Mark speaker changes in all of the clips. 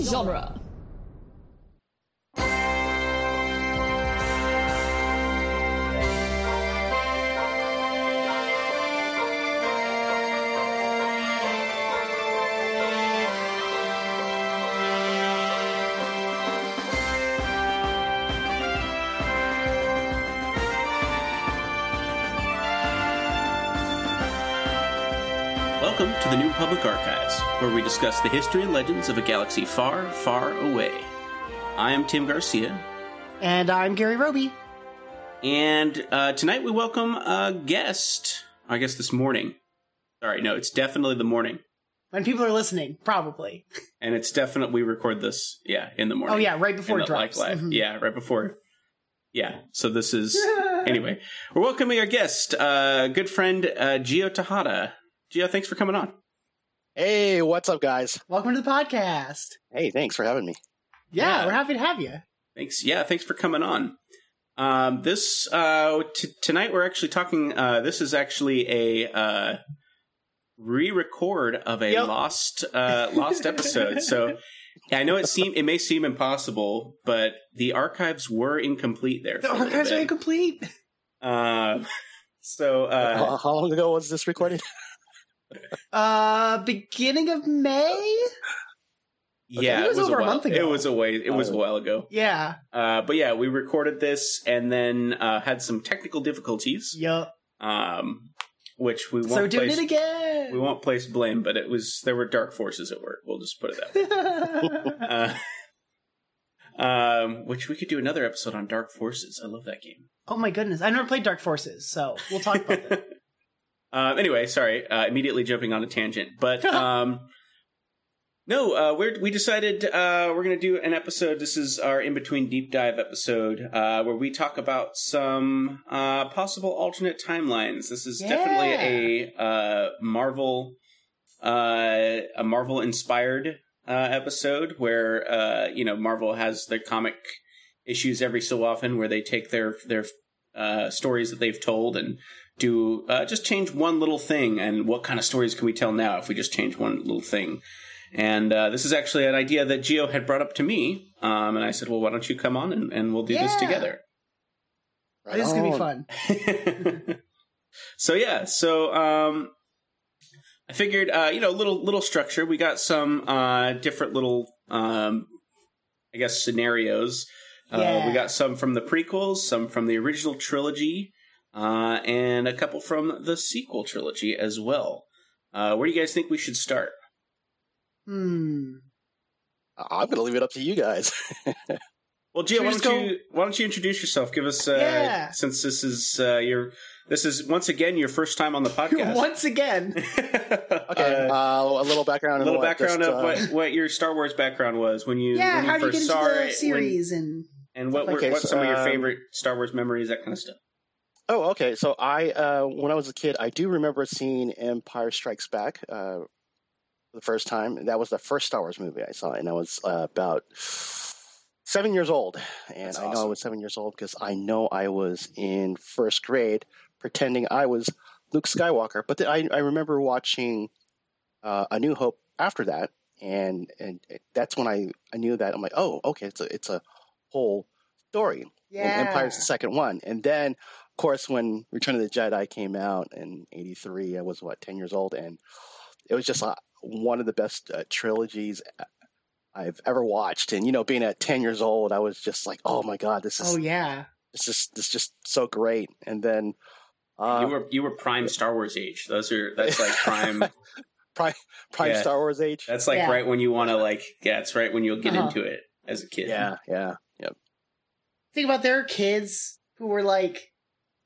Speaker 1: genre
Speaker 2: Welcome to the New Public Archives, where we discuss the history and legends of a galaxy far, far away. I am Tim Garcia,
Speaker 3: And I'm Gary Roby.
Speaker 2: and uh, tonight we welcome a guest. I guess this morning. Sorry, no, it's definitely the morning,
Speaker 3: When people are listening, probably.
Speaker 2: and it's definitely we record this. Yeah, in the morning.
Speaker 3: Oh yeah, right
Speaker 2: In
Speaker 3: before it
Speaker 2: the- like
Speaker 3: drops.
Speaker 2: live.
Speaker 3: Mhm.
Speaker 2: Yeah, right before. Yeah, so this is anyway. We're welcoming our guest, uh, good friend uh, Gio Tejada. Gio, thanks for coming on.
Speaker 4: Hey, what's up, guys?
Speaker 3: Welcome to the podcast.
Speaker 4: Hey, thanks for having me.
Speaker 3: Yeah,
Speaker 2: Yeah.
Speaker 3: we're happy to have you.
Speaker 2: Thanks. Yeah, thanks for coming on. Um, this uh, t- tonight we're actually talking. Uh, this is actually a uh, re-record of a
Speaker 3: Yep.
Speaker 2: lost uh, lost episode. So I know it seem it may seem impossible, but the archives were incomplete there. for
Speaker 3: The
Speaker 2: a little
Speaker 3: archives are
Speaker 2: bit.
Speaker 3: incomplete.
Speaker 2: Uh, so uh,
Speaker 4: how, how long ago was this recorded?
Speaker 3: Uh, beginning of May.
Speaker 2: yeah,
Speaker 3: It was over a
Speaker 2: while,
Speaker 3: month ago.
Speaker 2: It was a way. It was a
Speaker 4: Oh.
Speaker 2: while ago.
Speaker 3: Yeah.
Speaker 2: Uh, but yeah, we recorded this and then uh, had some technical difficulties,
Speaker 3: Yup.
Speaker 2: um, which we won't.
Speaker 3: So doing
Speaker 2: place-
Speaker 3: it again.
Speaker 2: we won't place blame, but it was there were dark forces at work. We'll just put it that way. Uh, um, which we could do another episode on dark forces. I love that game.
Speaker 3: oh my goodness, I never played Dark Forces, so we'll talk about that.
Speaker 2: Uh, anyway, sorry, uh, immediately jumping on a tangent, but um, no, uh, we're, we decided uh, we're going to do an episode. This is our in between deep dive episode uh, where we talk about some uh, possible alternate timelines. This is
Speaker 3: Yeah.
Speaker 2: definitely a uh, Marvel uh, a Marvel inspired uh, episode where uh, you know Marvel has their comic issues every so often where they take their their uh, stories that they've told and do uh, just change one little thing and what kind of stories can we tell now if we just change one little thing and uh, this is actually an idea that Geo had brought up to me um, and I said well why don't you come on and, and we'll do this
Speaker 3: Yeah.
Speaker 2: together
Speaker 3: This is gonna be
Speaker 4: on.
Speaker 3: fun.
Speaker 2: so yeah, so um, I figured uh, you know little little structure. We got some uh, different little um, I guess scenarios. Uh,
Speaker 3: Yeah.
Speaker 2: we got some from the prequels, some from the original trilogy, uh, and a couple from the sequel trilogy as well. Uh, where do you guys think we should start?
Speaker 3: Hmm.
Speaker 4: I'm going to leave it up to you guys.
Speaker 2: Well, Gia,
Speaker 3: Should we
Speaker 2: why
Speaker 3: just
Speaker 2: don't you why don't you introduce yourself? Give us uh,
Speaker 3: Yeah.
Speaker 2: since this is uh, your this is once again your first time on the podcast.
Speaker 3: Once again,
Speaker 4: Okay,
Speaker 2: okay.
Speaker 4: uh, a little background.
Speaker 2: a
Speaker 4: and
Speaker 2: little
Speaker 4: what
Speaker 2: background
Speaker 4: just,
Speaker 2: of
Speaker 4: uh,
Speaker 2: what, what your Star Wars background was when you
Speaker 3: yeah.
Speaker 2: when you
Speaker 3: How do you
Speaker 2: first
Speaker 3: get into
Speaker 2: saw it,
Speaker 3: the
Speaker 2: when-
Speaker 3: series? and
Speaker 2: and what were
Speaker 4: Okay,
Speaker 2: what
Speaker 4: so,
Speaker 2: some of your
Speaker 4: um,
Speaker 2: favorite Star Wars memories, that kind of stuff.
Speaker 4: Oh, okay. So I, uh, when I was a kid, I do remember seeing Empire Strikes Back uh, for the first time. That was the first Star Wars movie I saw, and I was uh, about seven years old. And
Speaker 2: That's
Speaker 4: I know I
Speaker 2: awesome.
Speaker 4: was seven years old because I know I was in first grade pretending I was Luke Skywalker. But then I, I remember watching uh, A New Hope after that, and and that's when I, I knew that I'm like, oh, okay, it's a it's a whole story
Speaker 3: yeah,
Speaker 4: and Empire's the second one. And then, of course, when Return of the Jedi came out in '83, I was what 10 years old, and it was just uh, one of the best uh, trilogies I've ever watched. And you know, being at 10 years old, I was just like, "Oh my god, this is
Speaker 3: Oh yeah.
Speaker 4: this is this is just so great!" And then, uh,
Speaker 2: you were you were prime Star Wars age. Those are that's like prime.
Speaker 4: prime
Speaker 2: yeah.
Speaker 4: Star Wars age.
Speaker 2: that's like
Speaker 3: Yeah.
Speaker 2: right when you want to like. Yeah, it's right when you'll get
Speaker 3: Uh-huh.
Speaker 2: into it as a kid.
Speaker 4: yeah, yeah.
Speaker 3: think about there are kids who were like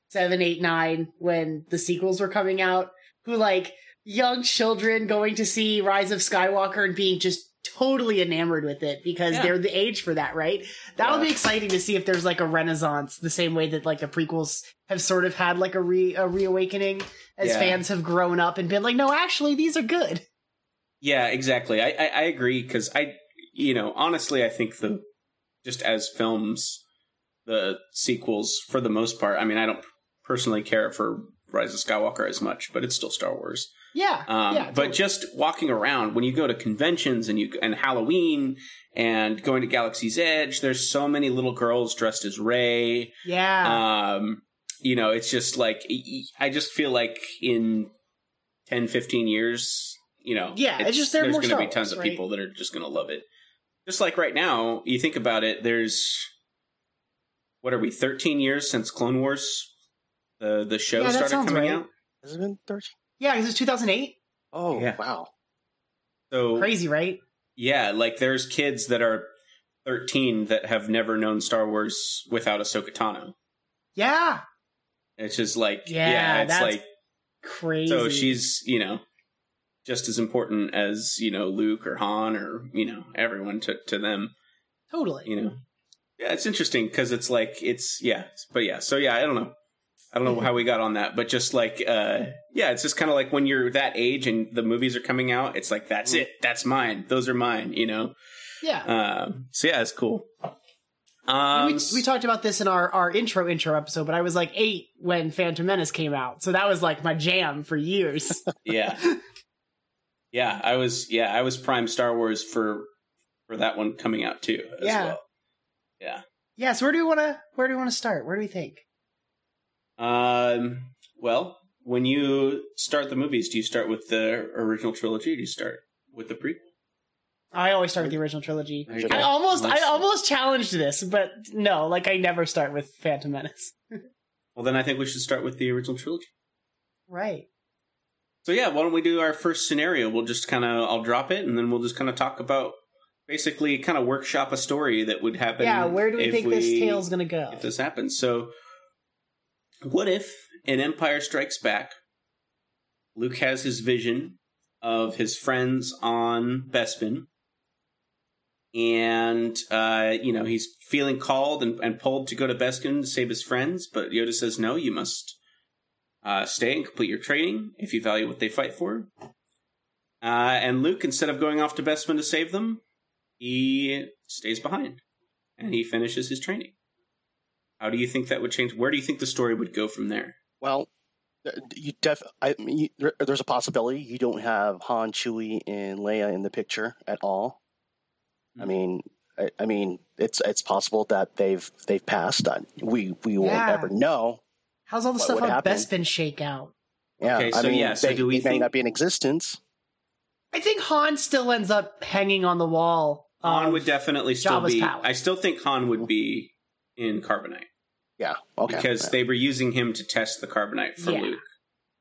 Speaker 3: seven, eight, nine when the sequels were coming out, who like young children going to see Rise of Skywalker and being just totally enamored with it because
Speaker 2: Yeah.
Speaker 3: they're the age for that, right? That'll
Speaker 4: Yeah.
Speaker 3: be exciting to see if there's like a renaissance, the same way that like the prequels have sort of had like a re a reawakening as
Speaker 2: Yeah.
Speaker 3: fans have grown up and been like, no, actually, these are good.
Speaker 2: Yeah, exactly. I I, I agree because I you know honestly I think the just as films the sequels for the most part. I mean I don't personally care for Rise of Skywalker as much, but it's still Star Wars.
Speaker 3: Yeah.
Speaker 2: Um,
Speaker 3: yeah,
Speaker 2: but just walking around when you go to conventions and you and Halloween and going to Galaxy's Edge, there's so many little girls dressed as Ray.
Speaker 3: yeah.
Speaker 2: Um, you know, it's just like I just feel like in 10, 15 years, you know,
Speaker 3: Yeah, it's just there are
Speaker 2: there's
Speaker 3: more
Speaker 2: going to be
Speaker 3: Star
Speaker 2: tons
Speaker 3: Wars,
Speaker 2: of
Speaker 3: right?
Speaker 2: people that are just going to love it. Just like right now, you think about it, there's what are we 13 years since Clone Wars the the show
Speaker 3: Yeah, that
Speaker 2: started
Speaker 3: sounds
Speaker 2: coming
Speaker 3: right.
Speaker 2: out.
Speaker 4: Has it been 13?
Speaker 3: yeah, because it's 2008.
Speaker 4: Oh,
Speaker 2: Yeah.
Speaker 4: wow.
Speaker 2: So
Speaker 3: Crazy, right?
Speaker 2: Yeah, like there's kids that are 13 that have never known Star Wars without Ahsoka Tano.
Speaker 3: Yeah.
Speaker 2: It's just like, yeah,
Speaker 3: Yeah,
Speaker 2: it's
Speaker 3: that's
Speaker 2: like,
Speaker 3: Crazy.
Speaker 2: so she's, you know, just as important as, you know, Luke or Han or, you know, everyone to, to them,
Speaker 3: totally.
Speaker 2: you know. Yeah, it's interesting because it's like, it's, yeah, but yeah, so yeah, I don't know. I don't know how we got on that, but just like, uh, yeah, it's just kind of like when you're that age and the movies are coming out, it's like,
Speaker 3: Mm.
Speaker 2: that's it, that's mine, those are mine, you know?
Speaker 3: Yeah.
Speaker 2: Um, so yeah, it's cool.
Speaker 3: And
Speaker 2: Um,
Speaker 3: we, we talked about this in our, our intro intro episode, but I was like eight when Phantom Menace came out, so that was like my jam for years.
Speaker 2: yeah, yeah. I was yeah, I was prime Star Wars for for that one coming out too. As
Speaker 3: Yeah.
Speaker 2: Well.
Speaker 3: yeah. So where do we want to where do we want to start? Where do we think?
Speaker 2: Um, well, when you start the movies, do you start with the original trilogy? Or do you start with the prequel?
Speaker 3: I always start with the original trilogy.
Speaker 2: There you
Speaker 4: Yeah.
Speaker 3: I almost I
Speaker 2: Let's-
Speaker 3: almost challenged this, but no, like I never start with Phantom Menace.
Speaker 2: Well, then I think we should start with the original trilogy.
Speaker 3: Right.
Speaker 2: So yeah, why don't we do our first scenario? We'll just kind of I'll drop it, and then we'll just kind of talk about basically kind of workshop a story that would happen.
Speaker 3: yeah, where do we
Speaker 2: if
Speaker 3: think this tale's gonna go?
Speaker 2: if this happens. So, what if an Empire Strikes Back? Luke has his vision of his friends on Bespin, and uh, you know he's feeling called and, and pulled to go to Bespin to save his friends, but Yoda says no. You must uh, stay and complete your training if you value what they fight for. Uh, and Luke, instead of going off to Bespin to save them, he stays behind and he finishes his training. How do you think that would change? Where do you think the story would go from there?
Speaker 4: Well, th- you def. I mean, you, there, there's a possibility you don't have Han, Chewie, and Leia in the picture at all. I
Speaker 2: Mhm.
Speaker 4: mean, I, I mean, it's it's possible that they've they've passed. I, we we won't
Speaker 3: Yeah.
Speaker 4: ever know.
Speaker 3: How's all the
Speaker 4: What
Speaker 3: stuff
Speaker 4: would
Speaker 3: on
Speaker 4: happen?
Speaker 3: Bespin shake out?
Speaker 4: Yeah,
Speaker 2: Okay,
Speaker 4: I
Speaker 2: so
Speaker 4: mean,
Speaker 2: yeah, so
Speaker 4: they,
Speaker 2: do we
Speaker 4: they may
Speaker 2: think-
Speaker 4: not be in existence.
Speaker 3: I think Han still ends up hanging on the wall.
Speaker 2: Han
Speaker 3: of-
Speaker 2: would definitely still
Speaker 3: Um, Jabba's
Speaker 2: be.
Speaker 3: palace.
Speaker 2: I still think Han would be in carbonite
Speaker 4: Yeah, okay.
Speaker 2: because they were using him to test the carbonite for
Speaker 3: Yeah.
Speaker 2: Luke.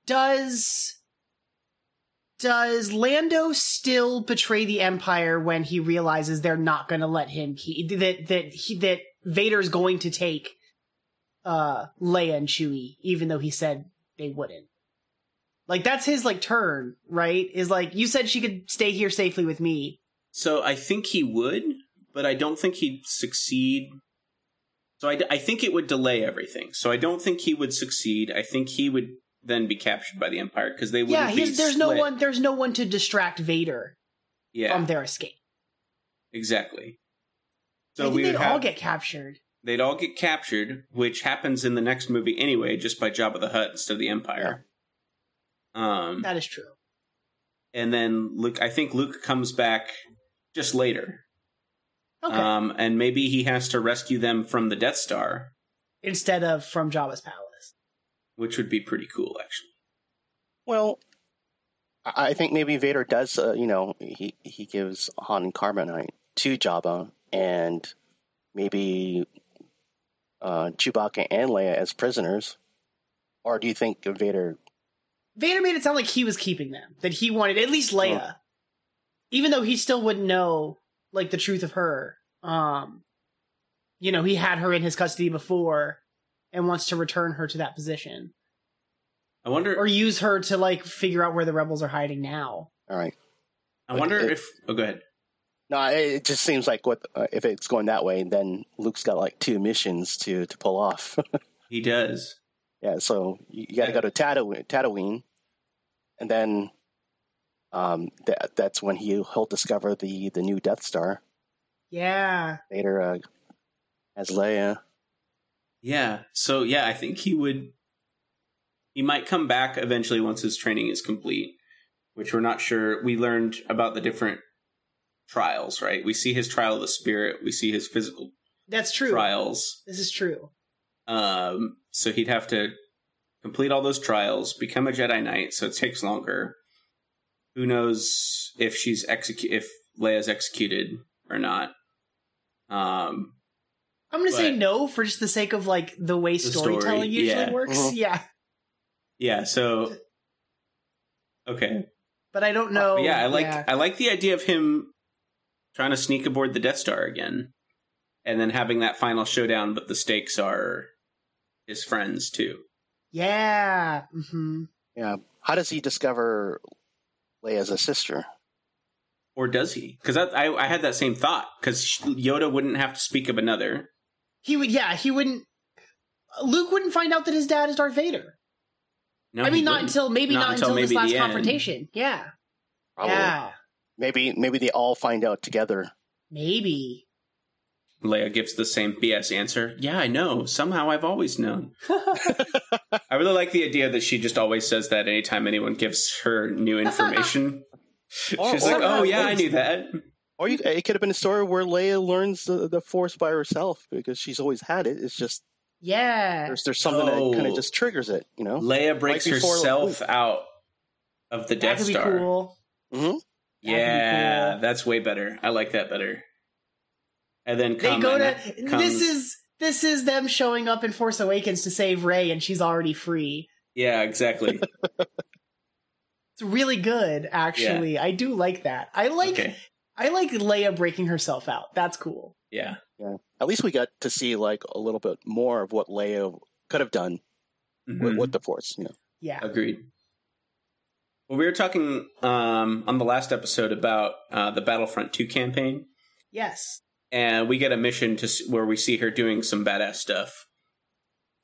Speaker 3: does does Lando still betray the Empire when he realizes they're not going to let him he, that that he, that Vader's going to take uh Leia and Chewie even though he said they wouldn't. Like that's his like turn, right? Is like you said she could stay here safely with me.
Speaker 2: So I think he would, but I don't think he'd succeed. So I, I think it would delay everything. So I don't think he would succeed. I think he would then be captured by the Empire because they would.
Speaker 3: yeah, he's, there's no
Speaker 2: split.
Speaker 3: one there's no one to distract Vader
Speaker 2: Yeah,
Speaker 3: from their escape.
Speaker 2: exactly.
Speaker 3: I
Speaker 2: So
Speaker 3: think
Speaker 2: we
Speaker 3: they'd
Speaker 2: would
Speaker 3: all
Speaker 2: have,
Speaker 3: get captured.
Speaker 2: they'd all get captured, which happens in the next movie anyway, just by Jabba the Hutt instead of the Empire. Um,
Speaker 3: That is true.
Speaker 2: and then Luke, I think Luke comes back just later,
Speaker 3: Okay.
Speaker 2: um, and maybe he has to rescue them from the Death Star,
Speaker 3: Instead of from Jabba's palace.
Speaker 2: which would be pretty cool, actually.
Speaker 4: Well, I I think maybe Vader does. Uh, you know, he he gives Han and Carbonite to Jabba, and maybe uh, Chewbacca and Leia as prisoners. Or do you think Vader?
Speaker 3: Vader made it sound like he was keeping them, that he wanted at least Leia, even though he still wouldn't know like the truth of her. Um, you know, he had her in his custody before, and wants to return her to that position
Speaker 2: I wonder.
Speaker 3: or use her to like figure out where the rebels are hiding now.
Speaker 4: All right.
Speaker 2: I wonder
Speaker 4: it-
Speaker 2: if. Oh, go ahead.
Speaker 4: No, it it just seems like what uh, if it's going that way, then Luke's got like two missions to to pull off.
Speaker 2: He does.
Speaker 4: yeah, so you, got to go to Tatooine, Tatooine, and then um, that that's when he he'll discover the the new Death Star.
Speaker 3: Yeah,
Speaker 4: Vader uh, as Leia.
Speaker 2: Yeah. So yeah, I think he would. He might come back eventually once his training is complete, which we're not sure. We learned about the different trials, right? We see his trial of the spirit, we see his physical
Speaker 3: That's true.
Speaker 2: trials.
Speaker 3: This is true.
Speaker 2: Um, so he'd have to complete all those trials, become a Jedi Knight, so it takes longer. Who knows if she's execute if Leia's executed or not. Um,
Speaker 3: I'm gonna say
Speaker 2: But-
Speaker 3: no for just the sake of like the way
Speaker 2: The story,
Speaker 3: storytelling usually
Speaker 2: yeah.
Speaker 3: works.
Speaker 4: Mhm.
Speaker 3: Yeah,
Speaker 2: yeah, so okay.
Speaker 3: but I don't know.
Speaker 2: But Uh, yeah, I like
Speaker 3: Oh, Yeah.
Speaker 2: I like the idea of him trying to sneak aboard the Death Star again, and then having that final showdown. But the stakes are his friends too.
Speaker 3: yeah. hmm
Speaker 4: Yeah. How does he discover Leia's a sister?
Speaker 2: Or does he? Because I, I I had that same thought. Because Yoda wouldn't have to speak of another.
Speaker 3: He would. Yeah, he wouldn't. Luke wouldn't find out that his dad is Darth Vader.
Speaker 2: No,
Speaker 3: I
Speaker 2: he
Speaker 3: mean, not
Speaker 2: wouldn't.
Speaker 3: until maybe
Speaker 2: Not
Speaker 3: not,
Speaker 2: until
Speaker 3: until, this
Speaker 2: maybe
Speaker 3: last
Speaker 2: the end.
Speaker 3: confrontation. Yeah.
Speaker 4: Probably.
Speaker 3: Yeah.
Speaker 4: Maybe maybe they all find out together.
Speaker 3: Maybe.
Speaker 2: Leia gives the same BS answer. Yeah, I know. Somehow I've always known. I really like the idea that she just always says that anytime anyone gives her new information. She's
Speaker 4: Or-
Speaker 2: like,
Speaker 4: or-
Speaker 2: "Oh yeah, I knew that."
Speaker 4: Or you, it could have been a story where Leia learns the, the Force by herself because she's always had it. It's just
Speaker 3: Yeah.
Speaker 4: there's there's something
Speaker 2: Oh.
Speaker 4: that kind of just triggers it, you know.
Speaker 2: Leia breaks
Speaker 4: Right before
Speaker 2: herself out of the
Speaker 3: That
Speaker 2: Death
Speaker 3: could be
Speaker 2: Star.
Speaker 3: cool.
Speaker 4: hmm
Speaker 3: That could be
Speaker 2: Yeah,
Speaker 3: cool.
Speaker 2: that's way better. I like that better. And then
Speaker 3: They
Speaker 2: come
Speaker 3: go
Speaker 2: and
Speaker 3: to.
Speaker 2: comes-
Speaker 3: This is this is them showing up in Force Awakens to save Rey, and she's already free.
Speaker 2: yeah, exactly.
Speaker 3: It's really good, actually. I do like that. I like
Speaker 2: okay,
Speaker 3: I like Leia breaking herself out. That's cool.
Speaker 2: yeah,
Speaker 4: At least we got to see like a little bit more of what Leia could have done with,
Speaker 2: Mhm.
Speaker 4: with the Force, you know.
Speaker 3: Yeah.
Speaker 2: agreed. Well, we were talking um, on the last episode about uh, the Battlefront Two campaign,
Speaker 3: Yes.
Speaker 2: and we get a mission to s- where we see her doing some badass stuff,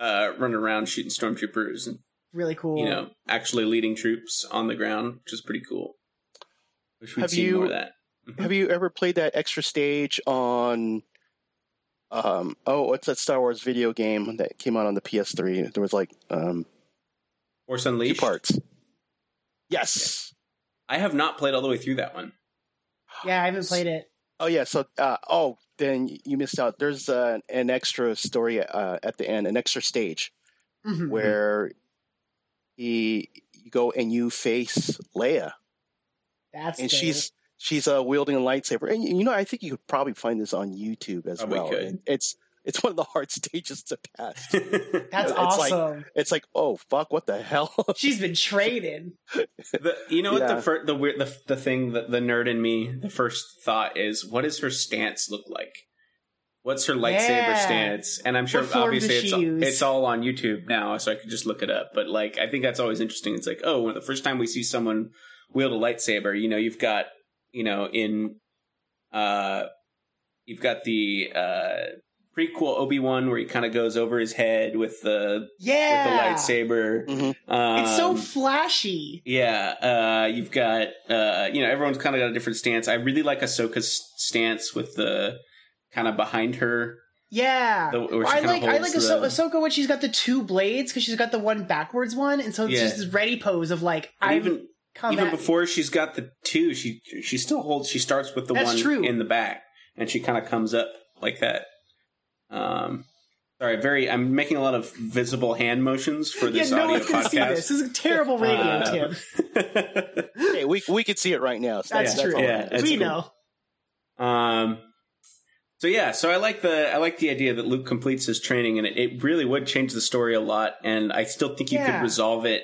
Speaker 2: uh, running around shooting stormtroopers, and
Speaker 3: Really cool.
Speaker 2: you know, actually leading troops on the ground, which is pretty cool. Wish we'd
Speaker 4: Have
Speaker 2: seen
Speaker 4: you-
Speaker 2: more of that.
Speaker 4: Have you ever played that extra stage on? Um, oh, what's that Star Wars video game that came out on the PS3? There was like um,
Speaker 2: Force
Speaker 4: two
Speaker 2: Unleashed.
Speaker 4: parts. Yes.
Speaker 2: I have not played all the way through that one.
Speaker 3: yeah, I haven't played it.
Speaker 4: Oh yeah. So uh, oh, then you missed out. There's uh, an extra story uh, at the end, an extra stage
Speaker 3: Mhm.
Speaker 4: where he you go and you face Leia,
Speaker 3: That's
Speaker 4: and
Speaker 3: dope.
Speaker 4: she's she's uh, wielding a lightsaber. And you know, I think you could probably find this on YouTube as
Speaker 2: Probably
Speaker 4: well.
Speaker 2: could.
Speaker 4: It- it's it's one of the hard stages to pass.
Speaker 2: the,
Speaker 3: That's
Speaker 4: it's like-
Speaker 3: awesome.
Speaker 4: It's like, oh fuck, what the hell?
Speaker 3: she's been traded.
Speaker 2: you know what
Speaker 4: Yeah.
Speaker 2: the fir- the weird the, the thing that the nerd in me the first thought is what does her stance look like? What's her lightsaber
Speaker 3: Yeah.
Speaker 2: stance? And I'm sure
Speaker 3: What form
Speaker 2: obviously
Speaker 3: does she
Speaker 2: it's all,
Speaker 3: use?
Speaker 2: it's all on YouTube now, so I could just look it up. But like I think that's always interesting. It's like oh, when the first time we see someone wield a lightsaber, you know, you've got you know in uh you've got the uh prequel Obi Wan where he kind of goes over his head with the
Speaker 3: Yeah.
Speaker 2: with the lightsaber.
Speaker 4: Mhm.
Speaker 2: Um,
Speaker 3: It's so flashy.
Speaker 2: yeah, uh, you've got uh, you know everyone's kind of got a different stance. I really like Ahsoka's stance with the kind of behind her.
Speaker 3: Yeah.
Speaker 2: The, where she
Speaker 3: I
Speaker 2: kinda
Speaker 3: like I
Speaker 2: holds
Speaker 3: like
Speaker 2: the,
Speaker 3: Ahso- Ahsoka when she's got the two blades because she's got the one backwards one, and so it's
Speaker 2: Yeah.
Speaker 3: just this ready pose of like
Speaker 2: and
Speaker 3: I
Speaker 2: even
Speaker 3: come
Speaker 2: even
Speaker 3: at you.
Speaker 2: before she's got the two, she she still holds. She starts with the
Speaker 3: That's
Speaker 2: one
Speaker 3: true.
Speaker 2: in the back, and she kind of comes up like that. Um, sorry, very. I'm making a lot of visible hand motions for this
Speaker 3: yeah, no
Speaker 2: audio
Speaker 3: one's gonna
Speaker 2: podcast.
Speaker 3: see this. This is a terrible radio,
Speaker 2: Uh,
Speaker 3: Tim.
Speaker 4: hey, we we could see it right now. so
Speaker 3: That's
Speaker 2: yeah,
Speaker 3: true.
Speaker 4: all
Speaker 2: yeah,
Speaker 4: that
Speaker 2: it's
Speaker 4: is.
Speaker 3: we
Speaker 2: cool.
Speaker 3: know.
Speaker 2: Um, so yeah, so I like the I like the idea that Luke completes his training, and it, it really would change the story a lot. And I still think you
Speaker 3: Yeah.
Speaker 2: could resolve it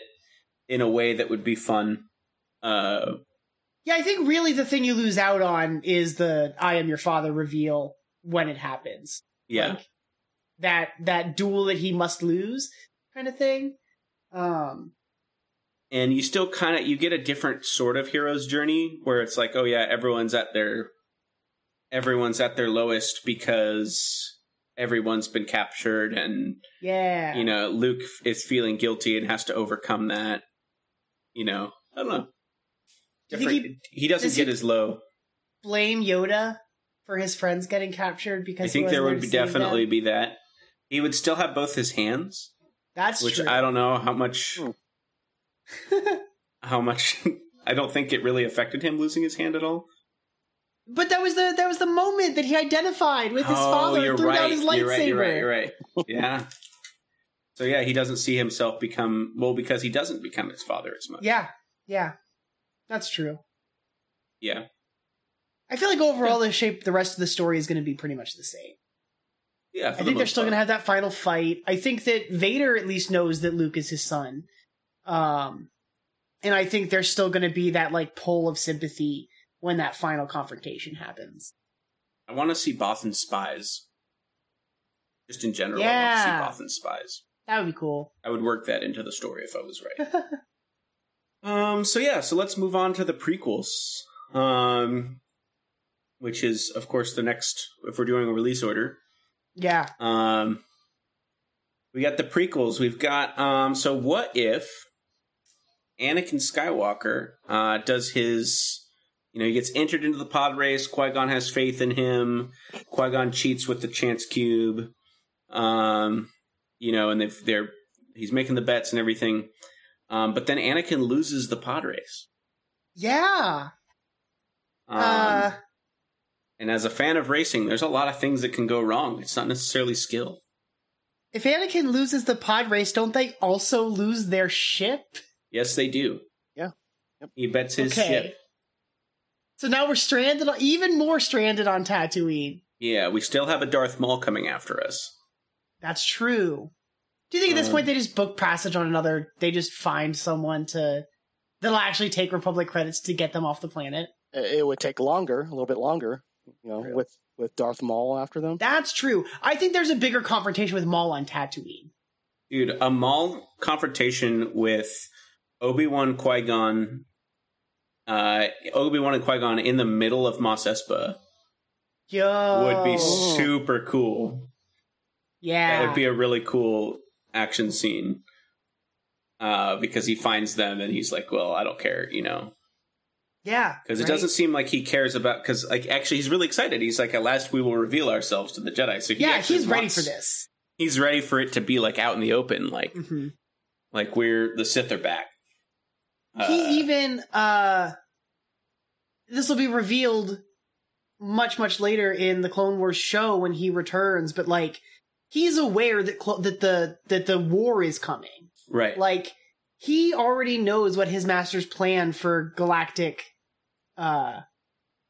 Speaker 2: in a way that would be fun. Uh,
Speaker 3: Yeah, I think really the thing you lose out on is the I am your father reveal when it happens.
Speaker 2: yeah,
Speaker 3: Like, that that duel that he must lose kind of thing. Um
Speaker 2: and you still kind of you get a different sort of hero's journey where it's like, oh yeah, everyone's at their everyone's at their lowest because everyone's been captured and
Speaker 3: yeah.
Speaker 2: you know luke is feeling guilty and has to overcome that you know i don't know
Speaker 3: Do you think
Speaker 2: Different- he, doesn't
Speaker 3: does
Speaker 2: get
Speaker 3: he-
Speaker 2: as low
Speaker 3: Blame Yoda for his friends getting captured
Speaker 2: i
Speaker 3: because he
Speaker 2: think
Speaker 3: wasn't
Speaker 2: there would
Speaker 3: to
Speaker 2: be
Speaker 3: save
Speaker 2: definitely
Speaker 3: them.
Speaker 2: be that he would still have both his hands
Speaker 3: That's
Speaker 2: which
Speaker 3: true.
Speaker 2: I don't know how much
Speaker 4: Hmm.
Speaker 2: how much I don't think it really affected him losing his hand at all.
Speaker 3: but that was the that was the moment that he identified with his
Speaker 2: oh,
Speaker 3: father
Speaker 2: you're
Speaker 3: and threw
Speaker 2: right.
Speaker 3: down his lightsaber.
Speaker 2: You're right. You're right. You're right. Yeah. so yeah, he doesn't see himself become well because he doesn't become his father as much.
Speaker 3: Yeah, yeah, that's true.
Speaker 2: Yeah.
Speaker 3: I feel like overall the shape, the rest of the story is going to be pretty much the same.
Speaker 2: Yeah.
Speaker 3: I think they're still going to have that final fight. I think that Vader at least knows that Luke is his son. Um, and I think there's still going to be that like pull of sympathy when that final confrontation happens.
Speaker 2: I want to see Bothan spies. Just in general, I
Speaker 3: Yeah.
Speaker 2: want to see Bothan spies.
Speaker 3: That would be cool.
Speaker 2: I would work that into the story if I was right. um, so yeah, so let's move on to the prequels. Um, which is of course the next if we're doing a release order.
Speaker 3: Yeah.
Speaker 2: Um, we got the prequels. We've got um, so what if Anakin Skywalker uh, does his you know, he gets entered into the pod race. Qui Gon has faith in him. Qui Gon cheats with the chance cube. Um, you know, and they've, they're he's making the bets and everything. Um, but then Anakin loses the pod race.
Speaker 3: Yeah.
Speaker 2: Um,
Speaker 3: uh,
Speaker 2: and as a fan of racing, there's a lot of things that can go wrong. It's not necessarily skill.
Speaker 3: if Anakin loses the pod race, don't they also lose their ship?
Speaker 2: Yes, they do.
Speaker 4: Yeah. Yep.
Speaker 2: He bets his
Speaker 3: Okay.
Speaker 2: ship.
Speaker 3: So now we're stranded, on- even more stranded on Tatooine.
Speaker 2: Yeah, we still have a Darth Maul coming after us.
Speaker 3: That's true. Do you think at this
Speaker 2: Um,
Speaker 3: point they just book passage on another? They just find someone to that'll actually take Republic credits to get them off the planet.
Speaker 4: It it would take longer, a little bit longer, you know,
Speaker 2: Really?
Speaker 4: with with Darth Maul after them.
Speaker 3: That's true. I think there's a bigger confrontation with Maul on Tatooine.
Speaker 2: Dude, a Maul confrontation with Obi Wan Qui Gon, uh, Obi Wan and Qui Gon in the middle of Mos Espa
Speaker 3: Yo,
Speaker 2: would be
Speaker 4: Oh.
Speaker 2: super cool.
Speaker 3: yeah.
Speaker 2: That would be a really cool action scene. Uh, because he finds them and he's like, "Well, I don't care," you know,
Speaker 3: yeah,
Speaker 2: because it
Speaker 3: right?
Speaker 2: doesn't seem like he cares about. Because like, actually, he's really excited. He's like, "At last, we will reveal ourselves to the Jedi." So he
Speaker 3: Yeah,
Speaker 2: actually
Speaker 3: he's ready
Speaker 2: wants-
Speaker 3: for this.
Speaker 2: He's ready for it to be like out in the open, like
Speaker 3: hmm
Speaker 2: Like we're the Sith are back. Uh,
Speaker 3: he even uh, this will be revealed much much later in the Clone Wars show when he returns. But like, he's aware that clo- that the that the war is coming.
Speaker 2: right.
Speaker 3: like he already knows what his master's plan for galactic uh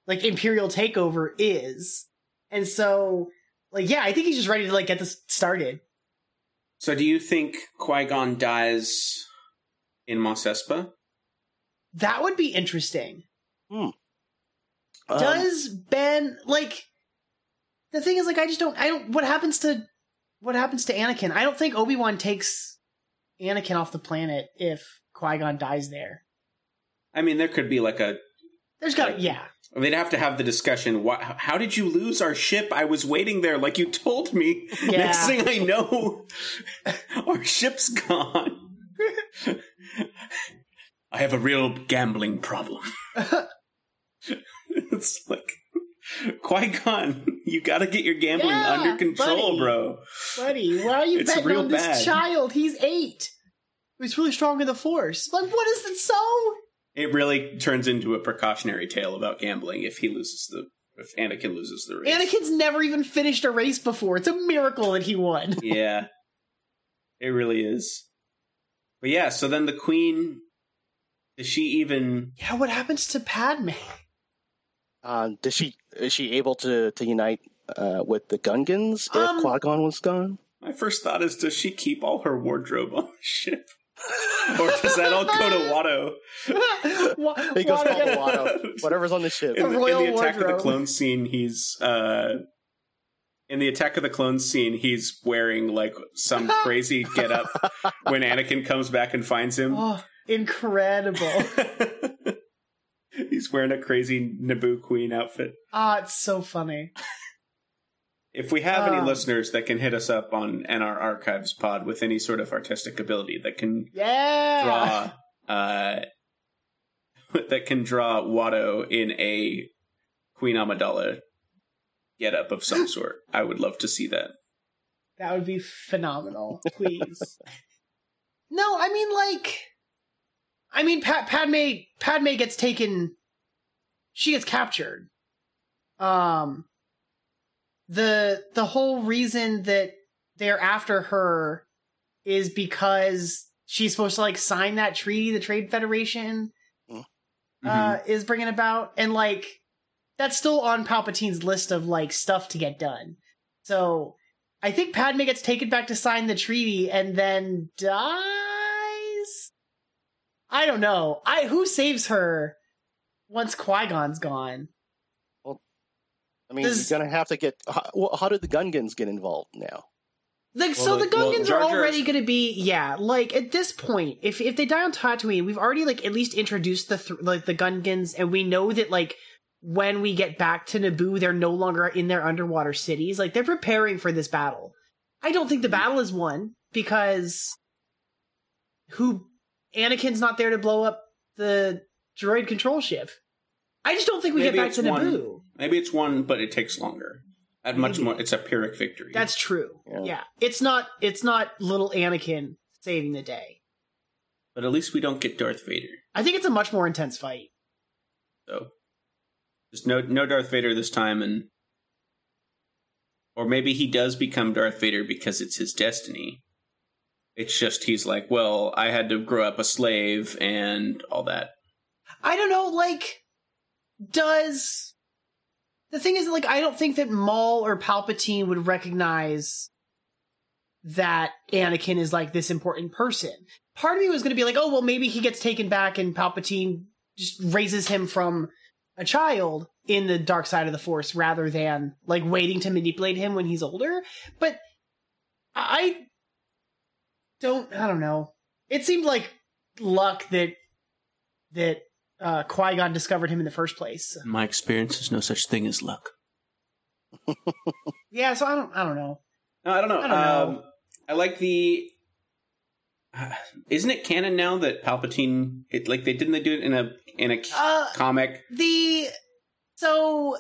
Speaker 3: like imperial takeover is and so like yeah i think he's just ready to like get this started
Speaker 2: so, do you think Qui Gon dies in Mos Espa?
Speaker 3: that would be interesting
Speaker 4: Um,
Speaker 3: does ben like the thing is like i just don't i don't what happens to what happens to anakin i don't think obi-wan takes anakin off the planet if qui-gon dies there
Speaker 2: I mean, there could be like a.
Speaker 3: there's got
Speaker 2: Like-
Speaker 3: yeah
Speaker 2: They'd have to have the discussion. Why, how did you lose our ship? I was waiting there, like you told me.
Speaker 3: Yeah.
Speaker 2: Next thing I know, our ship's gone. I have a real gambling problem. it's like Qui Gon, you got to get your gambling
Speaker 3: Yeah,
Speaker 2: under control,
Speaker 3: buddy.
Speaker 2: bro.
Speaker 3: Buddy, why are you
Speaker 2: It's
Speaker 3: betting
Speaker 2: real
Speaker 3: on this
Speaker 2: bad.
Speaker 3: child? He's eight. He's really strong in the force. Like, what is it so?
Speaker 2: It really turns into a precautionary tale about gambling if he loses the if Anakin loses the race.
Speaker 3: Anakin's never even finished a race before. It's a miracle that he won.
Speaker 2: yeah. It really is. But yeah, so then the queen does she even
Speaker 3: Yeah, what happens to Padme?
Speaker 4: um, does she is she able to to unite uh, with the Gungans if
Speaker 3: Um,
Speaker 4: Qui Gon was gone?
Speaker 2: my first thought is does she keep all her wardrobe on the ship? or does that all go to Watto?
Speaker 3: Wa-
Speaker 4: It goes
Speaker 3: Wanda
Speaker 4: all
Speaker 3: gets-
Speaker 4: Watto, whatever's on the ship.
Speaker 2: In the, in
Speaker 3: royal
Speaker 2: the Attack of
Speaker 3: wardrobe.
Speaker 2: the Clones scene, he's uh in the Attack of the Clones scene, he's wearing like some crazy get up when Anakin comes back and finds him.
Speaker 3: Oh, incredible.
Speaker 2: He's wearing a crazy Naboo Queen outfit.
Speaker 3: Ah, it's so funny.
Speaker 2: If we have any
Speaker 3: Um.
Speaker 2: listeners that can hit us up on NR Archives Pod with any sort of artistic ability that can
Speaker 3: Yeah.
Speaker 2: draw, uh, that can draw Watto in a Queen Amidala getup of some sort, I would love to see that.
Speaker 3: That would be phenomenal. Please. No, I mean like, I mean Pat Padme Padme gets taken. She gets captured. Um, the the whole reason that they're after her is because she's supposed to like sign that treaty the Trade Federation
Speaker 2: Mm-hmm.
Speaker 3: uh, is bringing about, and like that's still on Palpatine's list of like stuff to get done. So I think Padme gets taken back to sign the treaty and then dies. I don't know. I who saves her once Qui Gon's gone.
Speaker 4: I mean,
Speaker 3: Does-
Speaker 4: you're gonna have to get. How, well, how did the Gungans get involved now?
Speaker 3: Like so, the,
Speaker 2: the- well,
Speaker 3: Gungans
Speaker 2: Jar
Speaker 3: are
Speaker 2: Jar's-
Speaker 3: already going to be yeah. Like at this point, if if they die on Tatooine, we've already like at least introduced the th- like the Gungans, and we know that like when we get back to Naboo, they're no longer in their underwater cities. Like they're preparing for this battle. I don't think the
Speaker 2: Mm-hmm.
Speaker 3: battle is won because who Anakin's not there to blow up the droid control ship. I just don't think we
Speaker 2: Maybe
Speaker 3: get back
Speaker 2: it's
Speaker 3: to
Speaker 2: won.
Speaker 3: Naboo.
Speaker 2: Maybe it's one, but it takes longer. At much
Speaker 3: Maybe.
Speaker 2: more, it's a pyrrhic victory.
Speaker 3: That's true.
Speaker 4: Yeah.
Speaker 3: yeah, it's not it's not little Anakin saving the day.
Speaker 2: but at least we don't get Darth Vader.
Speaker 3: I think it's a much more intense fight.
Speaker 2: So there's no no Darth Vader this time, and or maybe he does become Darth Vader because it's his destiny. It's just he's like, well, I had to grow up a slave and all that.
Speaker 3: I don't know, like, does. The thing is, like, I don't think that Maul or Palpatine would recognize that Anakin is, like, this important person. Part of me was going to be like, oh, well, maybe he gets taken back and Palpatine just raises him from a child in the dark side of the Force rather than, like, waiting to manipulate him when he's older. But I don't, I don't know. It seemed like luck that that uh, Qui Gon discovered him in the first place.
Speaker 2: In my experience, there's no such thing as luck.
Speaker 3: Yeah, so I don't, I don't know.
Speaker 2: No, I don't know.
Speaker 3: I don't know.
Speaker 2: Um, I like the. uh, isn't it canon now that Palpatine? It like they didn't they do it in a in a
Speaker 3: Uh,
Speaker 2: comic?
Speaker 3: the so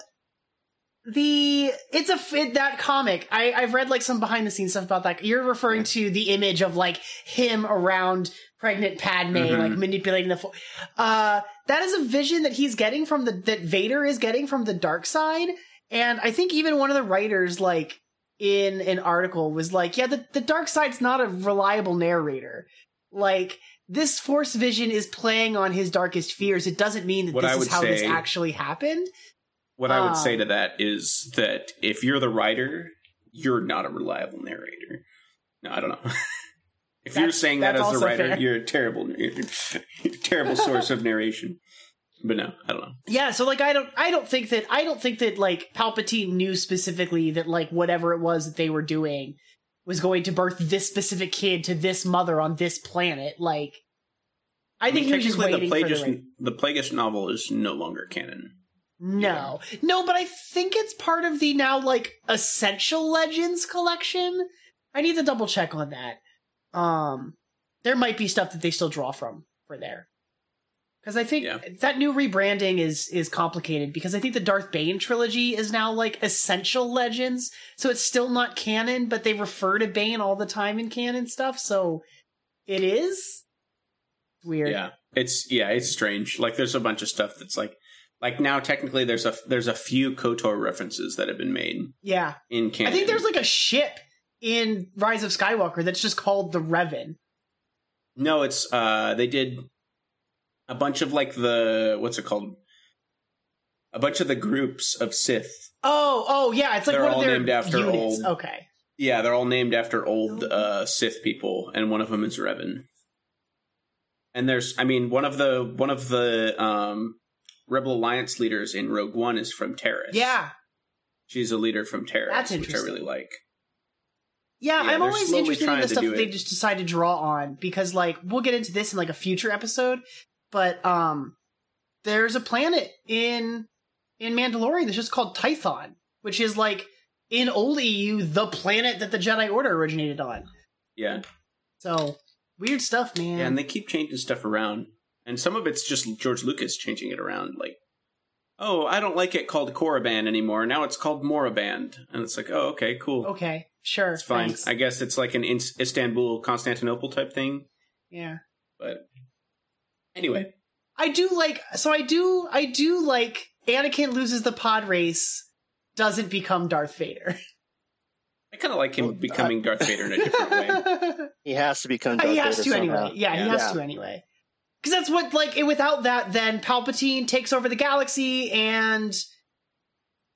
Speaker 3: the it's a f- it, that comic. I I've read like some behind the scenes stuff about that. You're referring to the image of like him around pregnant Padme,
Speaker 2: Mhm.
Speaker 3: like manipulating the. Fo- uh, that is a vision that he's getting from the that Vader is getting from the dark side, and I think even one of the writers like in an article was like, yeah, the, the dark side's not a reliable narrator. Like this force vision is playing on his darkest fears. It doesn't mean that
Speaker 2: What I
Speaker 3: this is
Speaker 2: would
Speaker 3: how this
Speaker 2: say-
Speaker 3: actually happened.
Speaker 2: What I would say
Speaker 3: Um,
Speaker 2: to that is that if you're the writer, you're not a reliable narrator. No, I don't know. if you're
Speaker 3: That's-
Speaker 2: saying that
Speaker 3: that's
Speaker 2: as the
Speaker 3: also
Speaker 2: writer,
Speaker 3: fair.
Speaker 2: you're a terrible, you're a terrible source of narration. But no, I don't know.
Speaker 3: Yeah, so like I don't I don't think that I don't think that like Palpatine knew specifically that like whatever it was that they were doing was going to birth this specific kid to this mother on this planet. Like I think he was just
Speaker 2: technically
Speaker 3: waiting
Speaker 2: the
Speaker 3: for
Speaker 2: Plagueis,
Speaker 3: the right-
Speaker 2: the Plagueis novel is no longer canon.
Speaker 3: No. No, but I think it's part of the now like Essential Legends collection. I need to double check on that. Um there might be stuff that they still draw from for there. Cuz I think
Speaker 2: Yeah.
Speaker 3: that new rebranding is is complicated because I think the Darth Bane trilogy is now like Essential Legends, so it's still not canon, but they refer to Bane all the time in canon stuff, so it is weird.
Speaker 2: Yeah, it's yeah, it's strange. Like there's a bunch of stuff that's like, like now technically there's a there's a few Kotor references that have been made
Speaker 3: yeah.
Speaker 2: in canon.
Speaker 3: I think there's like a ship in Rise of Skywalker that's just called the Revan.
Speaker 2: No, it's uh they did a bunch of like the what's it called? A bunch of the groups of Sith.
Speaker 3: Oh, oh yeah, it's like
Speaker 2: They're
Speaker 3: one
Speaker 2: all
Speaker 3: of their
Speaker 2: named after
Speaker 3: units.
Speaker 2: old-
Speaker 3: Okay.
Speaker 2: Yeah, they're all named after old
Speaker 3: Oh.
Speaker 2: uh Sith people and one of them is Revan. And there's I mean one of the one of the um Rebel Alliance leaders in Rogue One is from Terrace.
Speaker 3: Yeah.
Speaker 2: She's a leader from Terrace,
Speaker 3: That's
Speaker 2: which I
Speaker 3: interesting.
Speaker 2: really like.
Speaker 3: Yeah,
Speaker 2: Yeah,
Speaker 3: I'm
Speaker 2: they're
Speaker 3: always
Speaker 2: slowly
Speaker 3: interested in
Speaker 2: trying
Speaker 3: the
Speaker 2: to
Speaker 3: stuff
Speaker 2: do
Speaker 3: that they
Speaker 2: it.
Speaker 3: just decide to draw on because like we'll get into this in like a future episode, but um there's a planet in in Mandalorian that's just called Tython, which is like in old EU the planet that the Jedi Order originated on.
Speaker 2: Yeah.
Speaker 3: So weird stuff, man.
Speaker 2: Yeah, and they keep changing stuff around. And some of it's just George Lucas changing it around. Like, oh, I don't like it called Korriban anymore. Now it's called Moriband. And it's like, oh, okay, cool.
Speaker 3: okay, sure.
Speaker 2: It's fine.
Speaker 3: thanks.
Speaker 2: I guess it's like an in- Istanbul, Constantinople type thing.
Speaker 3: Yeah.
Speaker 2: But anyway,
Speaker 3: I do like so I do I do like Anakin loses the pod race, doesn't become Darth Vader.
Speaker 2: I kind of like him
Speaker 4: Well,
Speaker 2: becoming Darth Vader in a different way.
Speaker 3: he
Speaker 4: He has to become. Darth
Speaker 3: has
Speaker 4: Vader
Speaker 3: to anyway.
Speaker 4: somehow.
Speaker 3: Yeah, he
Speaker 2: Yeah.
Speaker 3: has
Speaker 4: Yeah.
Speaker 3: to anyway. Because that's what like it, without that, then Palpatine takes over the galaxy, and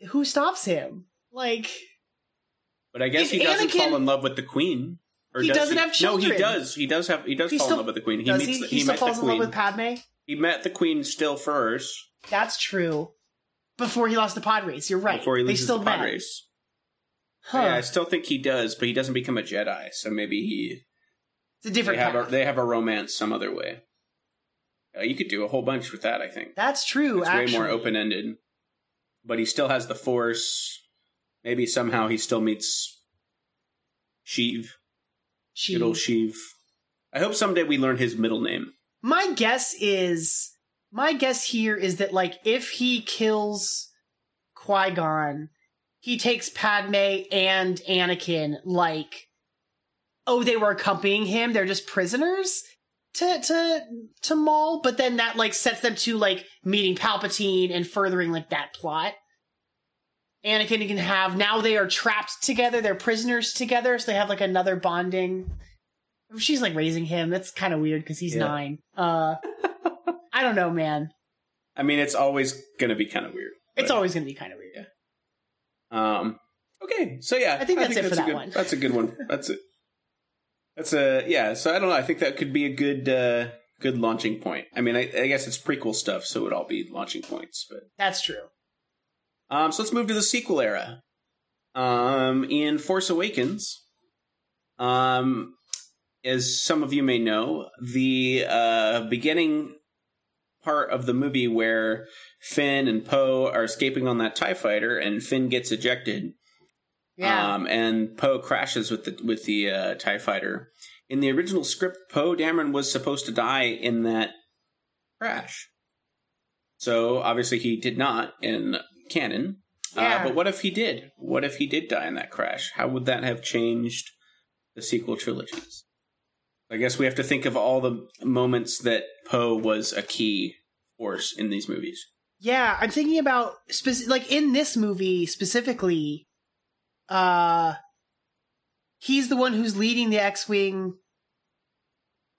Speaker 3: who stops him? Like
Speaker 2: But I guess
Speaker 3: If
Speaker 2: he doesn't
Speaker 3: Anakin-
Speaker 2: fall in in love with the queen. Or
Speaker 3: He
Speaker 2: does
Speaker 3: doesn't
Speaker 2: he?
Speaker 3: have
Speaker 2: No,
Speaker 3: children.
Speaker 2: he does. He does have. He does
Speaker 3: He
Speaker 2: fall
Speaker 3: still-
Speaker 2: in love with the queen. He
Speaker 3: does
Speaker 2: meets.
Speaker 3: he?
Speaker 2: the-
Speaker 3: He,
Speaker 2: met
Speaker 3: still
Speaker 2: the
Speaker 3: falls in love
Speaker 2: queen.
Speaker 3: with Padme.
Speaker 2: he met the queen still first
Speaker 3: That's true. Before he lost the pod race, you're right.
Speaker 2: before he
Speaker 3: they
Speaker 2: loses
Speaker 3: still
Speaker 2: the pod
Speaker 3: met.
Speaker 2: race.
Speaker 3: Huh.
Speaker 2: Yeah, I still think he does, but he doesn't become a Jedi. So maybe he
Speaker 3: it's a different
Speaker 2: they have
Speaker 3: path.
Speaker 2: a, they have a romance some other way. Uh, you could do a whole bunch with that. I think
Speaker 3: That's true.
Speaker 2: it's
Speaker 3: actually,
Speaker 2: way more open ended. But he still has the Force. Maybe somehow he still meets Sheev.
Speaker 3: She-
Speaker 2: Good old Sheev. I hope someday we learn his middle name.
Speaker 3: my guess is my guess here is that like if he kills Qui Gon, he takes Padme and Anakin like oh they were accompanying him they're just prisoners to to to Maul but then that like sets them to like meeting Palpatine and furthering like that plot. Anakin can have now they are trapped together they're prisoners together so they have like another bonding. She's like raising him. That's kind of weird because he's
Speaker 2: Yeah.
Speaker 3: nine. Uh, I don't know, man.
Speaker 2: I mean, it's always going to be kind of weird.
Speaker 3: It's
Speaker 2: but,
Speaker 3: always going to be kind of weird.
Speaker 2: Yeah. Um. Okay. So yeah,
Speaker 3: I think that's it for
Speaker 2: a
Speaker 3: that
Speaker 2: good-
Speaker 3: one.
Speaker 2: That's a good one. That's it. That's a yeah. So I don't know. I think that could be a good uh, good launching point. I mean, I, I guess it's prequel stuff, so it would all be launching points. But
Speaker 3: That's true.
Speaker 2: um, so let's move to the sequel era. Um, in Force Awakens, um, as some of you may know, the uh, beginning part of the movie where Finn and Poe are escaping on that Tie Fighter, and Finn gets ejected.
Speaker 3: Yeah.
Speaker 2: Um, and Poe crashes with the with the uh, Tie Fighter. In the original script, Poe Dameron was supposed to die in that crash. So obviously he did not in canon.
Speaker 3: Yeah.
Speaker 2: Uh, but what if he did? What if he did die in that crash? How would that have changed the sequel trilogies? I guess we have to think of all the moments that Poe was a key force in these movies.
Speaker 3: yeah. I'm thinking about, speci- like, in this movie specifically, uh, he's the one who's leading the X Wing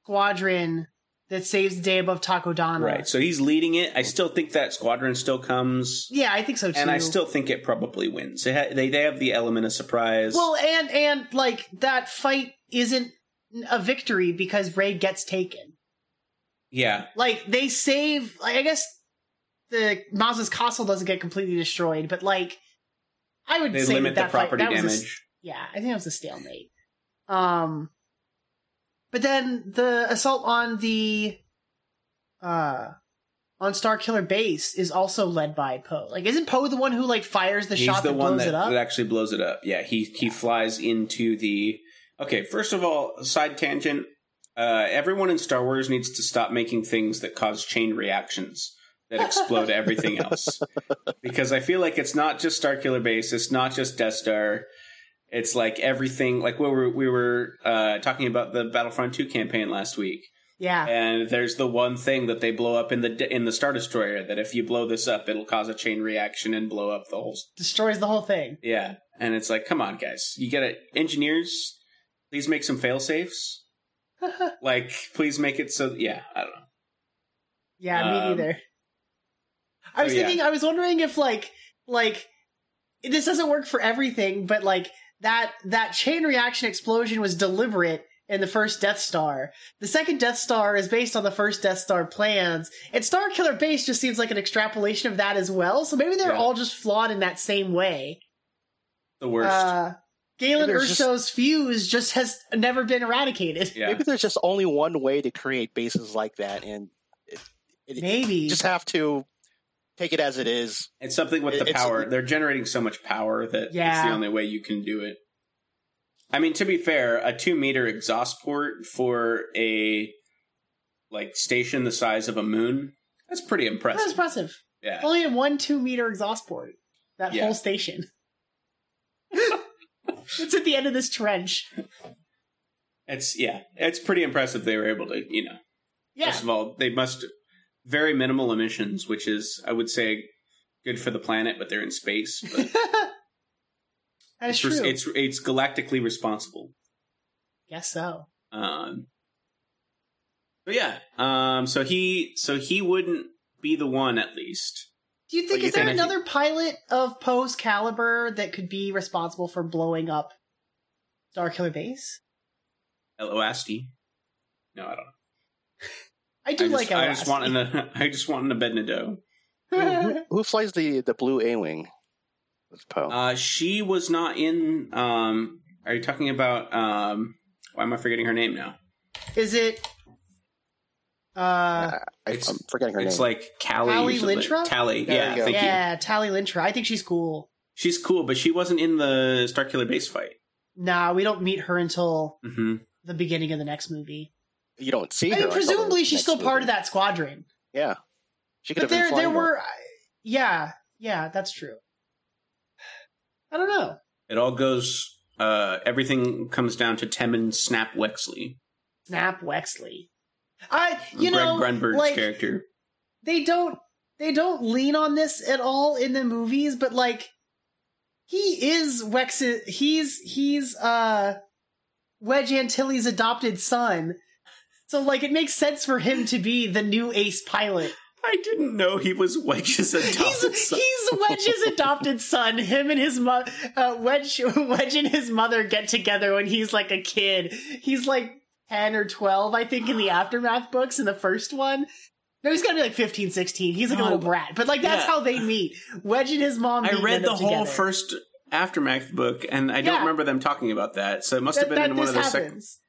Speaker 3: squadron that saves the day above Takodana.
Speaker 2: Right. So he's leading it. I still think that squadron still comes.
Speaker 3: Yeah, I think so too.
Speaker 2: and I still think it probably wins. It ha- they they have the element of surprise.
Speaker 3: Well, and, and, like, that fight isn't a victory because Ray gets taken.
Speaker 2: yeah,
Speaker 3: like they save like, i guess the maz's castle doesn't get completely destroyed but like i would
Speaker 2: they
Speaker 3: say
Speaker 2: limit the
Speaker 3: that, that fight-
Speaker 2: property
Speaker 3: that was a s-
Speaker 2: damage.
Speaker 3: yeah i think it was a stalemate um but then the assault on the uh on star killer base is also led by poe like isn't poe the one who like fires the
Speaker 2: He's
Speaker 3: shot
Speaker 2: the
Speaker 3: that
Speaker 2: one
Speaker 3: blows
Speaker 2: that,
Speaker 3: it up
Speaker 2: that actually blows it up. Yeah, he he flies into the. Okay, first of all, side tangent. Uh, everyone in Star Wars needs to stop making things that cause chain reactions that explode everything else, because I feel like it's not just Star Killer Base, it's not just Death Star. It's like everything. Like we were we were uh, talking about the Battlefront Two campaign last week.
Speaker 3: yeah
Speaker 2: and there's the one thing that they blow up in the in the star destroyer that if you blow this up it'll cause a chain reaction and blow up the whole s-
Speaker 3: destroys the whole thing
Speaker 2: yeah and it's like come on guys you gotta engineers please make some fail safes like please make it so yeah i don't know
Speaker 3: Yeah, me
Speaker 2: Um,
Speaker 3: neither. I was
Speaker 2: so, yeah.
Speaker 3: thinking, I was wondering if like like this doesn't work for everything, but like that that chain reaction explosion was deliberate in the first Death Star. The second Death Star is based on the first Death Star plans, and Star Killer Base just seems like an extrapolation of that as well. So maybe they're
Speaker 2: Yeah.
Speaker 3: all just flawed in that same way.
Speaker 2: the worst
Speaker 3: Uh, Galen
Speaker 4: There's just-
Speaker 3: Urso's fuse just has never been eradicated.
Speaker 2: yeah
Speaker 4: Maybe there's just only one way to create bases like that, and
Speaker 3: Maybe.
Speaker 4: you just have to take it as it is.
Speaker 2: it's something with the
Speaker 4: It's-
Speaker 2: power they're generating so much power that it's
Speaker 3: Yeah.
Speaker 2: the only way you can do it i mean to be fair a two meter exhaust port for a like station the size of a moon that's pretty
Speaker 3: that was
Speaker 2: impressive
Speaker 3: impressive.
Speaker 2: yeah
Speaker 3: Only a one two meter exhaust port. That
Speaker 2: Yeah.
Speaker 3: whole station. it's at the end of this trench.
Speaker 2: It's yeah, it's pretty impressive they were able to, you know.
Speaker 3: Yeah.
Speaker 2: First of all, they must very minimal emissions, which is I would say good for the planet, but they're in space. But
Speaker 3: That's
Speaker 2: it's, res-
Speaker 3: true.
Speaker 2: it's it's galactically responsible.
Speaker 3: Guess so.
Speaker 2: Um, but yeah, um, so he so he wouldn't be the one at least.
Speaker 3: Do you
Speaker 4: Well,
Speaker 3: think
Speaker 4: you
Speaker 3: is there
Speaker 2: think-
Speaker 3: another pilot of Poe's caliber that could be responsible for blowing up Star Killer Base?
Speaker 2: Eloasti. No, I don't.
Speaker 3: I do
Speaker 2: I just,
Speaker 3: like
Speaker 2: I
Speaker 3: Elastigirl.
Speaker 2: just want an I just want an Abednego.
Speaker 4: who, who flies the the blue A wing? With
Speaker 3: Oh.
Speaker 4: Poe.
Speaker 2: Uh, she was not in. Um, are you talking about? Um, why am I forgetting her name now?
Speaker 3: Is it uh
Speaker 4: I,
Speaker 2: it's-
Speaker 4: I'm forgetting her
Speaker 2: it's
Speaker 4: name.
Speaker 2: like Callie.
Speaker 3: Tally
Speaker 2: or something.
Speaker 3: Lintra?
Speaker 2: Tally.
Speaker 4: There
Speaker 2: yeah,
Speaker 4: you go.
Speaker 2: thank you.
Speaker 3: yeah, Tally Lintra. I think she's cool.
Speaker 2: She's cool, but she wasn't in the Starkiller base fight.
Speaker 3: Nah, we don't meet her until
Speaker 2: hmm
Speaker 3: the beginning of the next movie.
Speaker 4: you don't see
Speaker 3: I
Speaker 4: her.
Speaker 3: mean,
Speaker 4: until the
Speaker 3: presumably she's
Speaker 4: next
Speaker 3: still part
Speaker 4: movie.
Speaker 3: of that squadron.
Speaker 4: Yeah, she could
Speaker 3: But
Speaker 4: have been
Speaker 3: there there
Speaker 4: flying more.
Speaker 3: were yeah, yeah, that's true. I don't know.
Speaker 2: It all goes. Uh, everything comes down to Temin Snap Wexley,
Speaker 3: Snap Wexley. I
Speaker 2: Greg
Speaker 3: you know
Speaker 2: Grunberg's
Speaker 3: like,
Speaker 2: character.
Speaker 3: they don't they don't lean on this at all in the movies but like he is wex he's he's uh wedge antilles adopted son so like it makes sense for him to be the new ace pilot
Speaker 2: I didn't know he was Wedge's adopted
Speaker 3: he's
Speaker 2: son.
Speaker 3: he's wedge's adopted son him and his mother uh, wedge wedge and his mother get together when he's like a kid he's like 10 or 12 i think in the aftermath books in the first one no he's gotta be like 15 16 he's like
Speaker 2: No,
Speaker 3: a little brat but like that's
Speaker 2: yeah.
Speaker 3: how they meet wedge and his mom
Speaker 2: I
Speaker 3: meet and
Speaker 2: read
Speaker 3: end
Speaker 2: the
Speaker 3: up
Speaker 2: whole
Speaker 3: together.
Speaker 2: first aftermath book, and I don't
Speaker 3: Yeah.
Speaker 2: remember them talking about that. So it must
Speaker 3: that,
Speaker 2: have been
Speaker 3: that
Speaker 2: in one
Speaker 3: this
Speaker 2: of the second.
Speaker 3: happens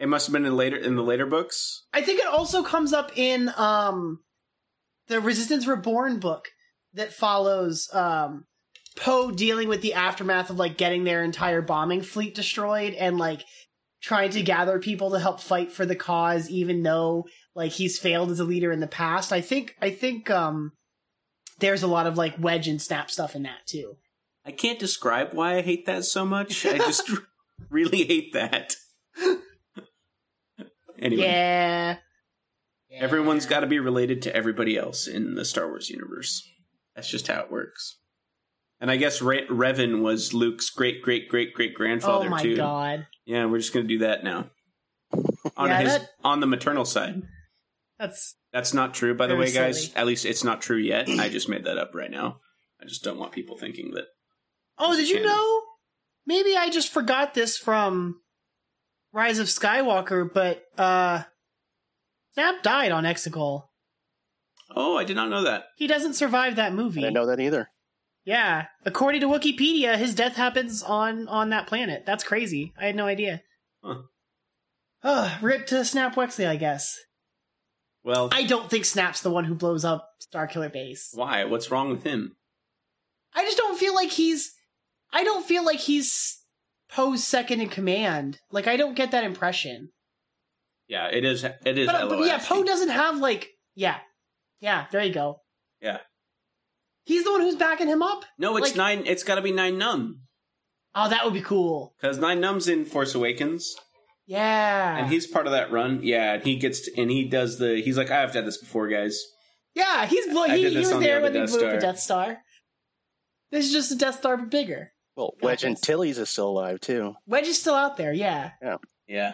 Speaker 2: It must have been in later in the later books.
Speaker 3: i think it also comes up in um the resistance reborn book that follows um poe dealing with the aftermath of like getting their entire bombing fleet destroyed and like trying to gather people to help fight for the cause even though like he's failed as a leader in the past i think i think um there's a lot of like wedge and snap stuff in that too
Speaker 2: I can't describe why I hate that so much. I just really hate that. anyway,
Speaker 3: yeah
Speaker 2: everyone's got to be related to everybody else in the Star Wars universe. That's just how it works. And I guess Re- Revan was Luke's great great great great
Speaker 3: oh
Speaker 2: grandfather
Speaker 3: my
Speaker 2: too.
Speaker 3: god
Speaker 2: Yeah, we're just gonna do that now. On
Speaker 3: Yeah,
Speaker 2: his
Speaker 3: that-
Speaker 2: on the maternal side.
Speaker 3: that's
Speaker 2: That's not true, by the
Speaker 3: Very
Speaker 2: way, guys.
Speaker 3: silly.
Speaker 2: At least it's not true yet. I just made that up right now. I just don't want people thinking that
Speaker 3: Oh,
Speaker 2: It's a
Speaker 3: did you
Speaker 2: canon.
Speaker 3: know? Maybe I just forgot this from Rise of Skywalker, but uh Snap died on Exegol.
Speaker 2: Oh, I did not know that.
Speaker 3: He doesn't survive that
Speaker 4: I
Speaker 3: movie.
Speaker 4: didn't know that either.
Speaker 3: Yeah, according to Wikipedia, his death happens on on that planet. That's crazy. I had no idea.
Speaker 2: Huh.
Speaker 3: Ugh, rip to Snap Wexley, I guess.
Speaker 2: Well,
Speaker 3: I don't think Snap's the one who blows up Starkiller Base.
Speaker 2: why? What's wrong with him?
Speaker 3: I just don't feel like he's. I don't feel like he's Poe's second in command. Like I don't get that impression.
Speaker 2: Yeah, it is. It is.
Speaker 3: but, but yeah,
Speaker 2: LOSD.
Speaker 3: Poe doesn't have like yeah, yeah. There you go.
Speaker 2: Yeah.
Speaker 3: he's the one who's backing him up.
Speaker 2: No, it's
Speaker 3: like-
Speaker 2: nine. It's got to be nine numb
Speaker 3: Oh, that would be cool.
Speaker 2: because nine numb's in Force Awakens,
Speaker 3: Yeah,
Speaker 2: and he's part of that run. Yeah, and he gets to, and he does the. He's like, I have done this before, guys.
Speaker 3: yeah. He's blo-
Speaker 2: I
Speaker 3: he,
Speaker 2: did
Speaker 3: he
Speaker 2: this
Speaker 3: was
Speaker 2: on the
Speaker 3: there
Speaker 2: other
Speaker 3: when they
Speaker 2: Death
Speaker 3: blew up the
Speaker 2: Star.
Speaker 3: Death Star. This is just a Death Star but bigger.
Speaker 4: Well,
Speaker 3: God,
Speaker 4: Wedge
Speaker 3: yes.
Speaker 4: Antilles is still alive too.
Speaker 3: Wedge is still out there. Yeah,
Speaker 2: Yeah,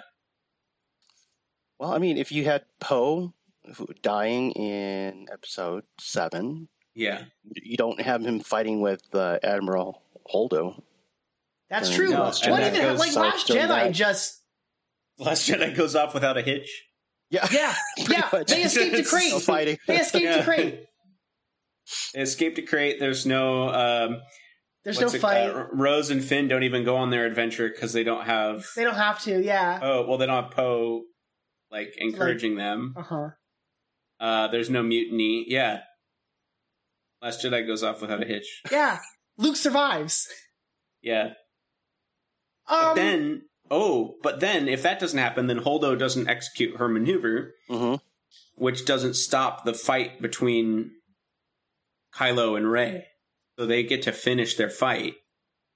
Speaker 4: Well, I mean, if you had Poe who- dying in Episode Seven,
Speaker 2: yeah.
Speaker 4: you don't have him fighting with uh, Admiral Holdo.
Speaker 3: that's
Speaker 4: During
Speaker 3: true.
Speaker 2: No,
Speaker 4: Last
Speaker 3: what
Speaker 4: Jedi.
Speaker 3: even hap-
Speaker 2: goes
Speaker 3: like
Speaker 4: south
Speaker 3: Last
Speaker 4: during
Speaker 3: Jedi
Speaker 4: that.
Speaker 3: just
Speaker 2: Last Jedi goes off without a hitch.
Speaker 4: Yeah,
Speaker 3: yeah
Speaker 4: Pretty
Speaker 3: yeah
Speaker 4: much.
Speaker 3: they escaped the
Speaker 4: still
Speaker 3: crate.
Speaker 4: fighting.
Speaker 3: They escaped
Speaker 2: Yeah.
Speaker 3: the crate.
Speaker 2: They escape to crate. There's no. um
Speaker 3: There's
Speaker 2: what's
Speaker 3: no
Speaker 2: it-
Speaker 3: fight.
Speaker 2: uh, Rose and Finn don't even go on their adventure because they don't have.
Speaker 3: they don't have to. Yeah.
Speaker 2: Oh well, they don't have Poe like encouraging them.
Speaker 3: Uh huh.
Speaker 2: Uh, there's no mutiny. Yeah. Last Jedi goes off without a hitch.
Speaker 3: Yeah. Luke survives.
Speaker 2: Yeah. But
Speaker 3: Um,
Speaker 2: then, oh, but then if that doesn't happen, then Holdo doesn't execute her maneuver,
Speaker 4: hmm
Speaker 2: which doesn't stop the fight between Kylo and Rey. So they get to finish their fight